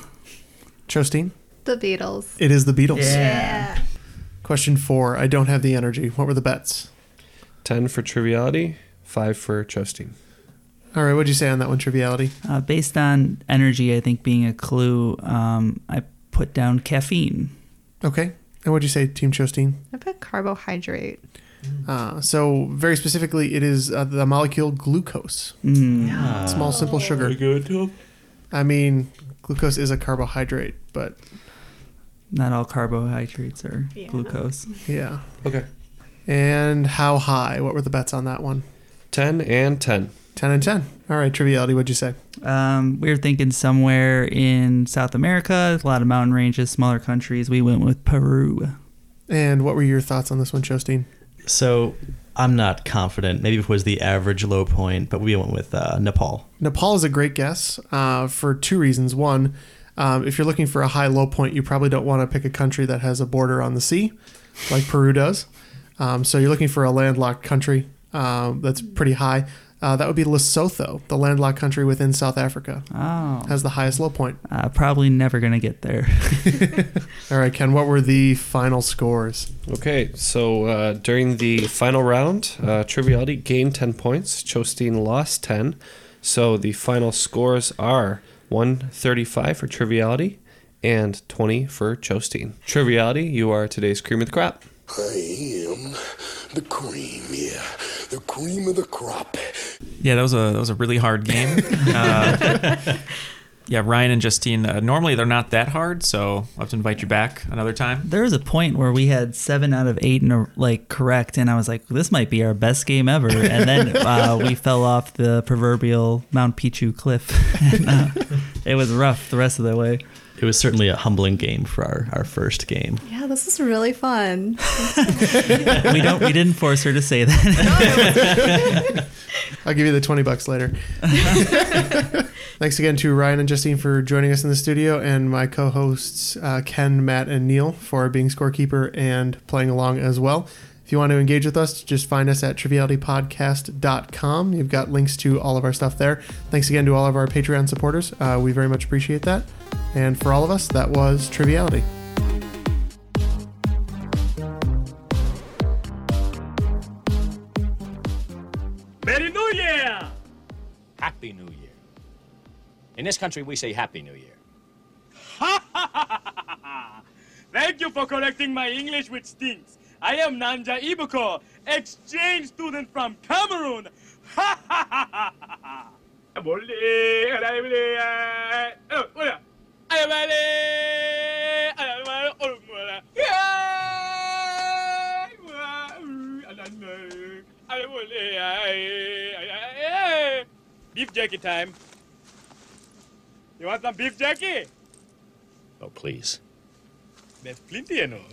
[SPEAKER 6] Chosteen?
[SPEAKER 1] The Beatles.
[SPEAKER 6] It is the Beatles.
[SPEAKER 1] Yeah.
[SPEAKER 6] Question four. I don't have the energy. What were the bets?
[SPEAKER 7] 10 for Triviality, 5 for Chostain.
[SPEAKER 6] All right, what'd you say on that one, Triviality?
[SPEAKER 13] Uh, based on energy, I think being a clue, um, I put down caffeine.
[SPEAKER 6] Okay. And what'd you say, Team Chosteen?
[SPEAKER 1] I put carbohydrate.
[SPEAKER 6] Uh, so, very specifically, it is uh, the molecule glucose.
[SPEAKER 13] Mm.
[SPEAKER 6] Small, simple sugar. I mean, glucose is a carbohydrate, but
[SPEAKER 13] Not all carbohydrates are glucose.
[SPEAKER 6] yeah.
[SPEAKER 7] Okay.
[SPEAKER 6] And how high? What were the bets on that one?
[SPEAKER 7] 10 and 10.
[SPEAKER 6] 10 and 10. All right, Triviality, what'd you say?
[SPEAKER 13] Um, we were thinking somewhere in South America, a lot of mountain ranges, smaller countries. We went with Peru.
[SPEAKER 6] And what were your thoughts on this one, Chosteen?
[SPEAKER 9] So I'm not confident. Maybe it was the average low point, but we went with uh, Nepal.
[SPEAKER 6] Nepal is a great guess uh, for two reasons. One, um, if you're looking for a high low point, you probably don't want to pick a country that has a border on the sea, like Peru does. Um, so you're looking for a landlocked country um, that's pretty high. Uh, that would be Lesotho, the landlocked country within South Africa.
[SPEAKER 13] Oh.
[SPEAKER 6] Has the highest low point.
[SPEAKER 13] Uh, probably never going to get there.
[SPEAKER 6] All right, Ken, what were the final scores?
[SPEAKER 7] Okay, so uh, during the final round, uh, Triviality gained 10 points, Chosteen lost 10. So the final scores are 135 for Triviality and 20 for Chosteen. Triviality, you are today's cream of the crop.
[SPEAKER 20] I am the cream, yeah, the cream of the crop.
[SPEAKER 8] Yeah, that was a that was a really hard game. Uh, yeah, Ryan and Justine. Uh, normally they're not that hard, so I'll have to invite you back another time.
[SPEAKER 13] there was a point where we had seven out of eight in a, like correct, and I was like, "This might be our best game ever." And then uh, we fell off the proverbial Mount Pichu cliff. and, uh, it was rough the rest of the way.
[SPEAKER 9] It was certainly a humbling game for our, our first game.
[SPEAKER 1] Yeah, this is really fun.
[SPEAKER 13] we don't. We didn't force her to say that.
[SPEAKER 6] I'll give you the 20 bucks later. Thanks again to Ryan and Justine for joining us in the studio, and my co hosts, uh, Ken, Matt, and Neil, for being scorekeeper and playing along as well. If you want to engage with us, just find us at trivialitypodcast.com. You've got links to all of our stuff there. Thanks again to all of our Patreon supporters. Uh, we very much appreciate that. And for all of us, that was Triviality.
[SPEAKER 21] Merry New Year! Happy New Year. In this country, we say Happy New Year.
[SPEAKER 22] Thank you for correcting my English, which stinks. I am Nanja Ibuko, exchange student from Cameroon. Ha ha ha ha ha ha.
[SPEAKER 8] eh,
[SPEAKER 22] Abole, alabole, eh, oh, hola. Alabole.
[SPEAKER 8] Eh, I- I- I- Beef jerky time. You want some beef jerky?
[SPEAKER 23] Oh, please.
[SPEAKER 8] There's plenty, you know.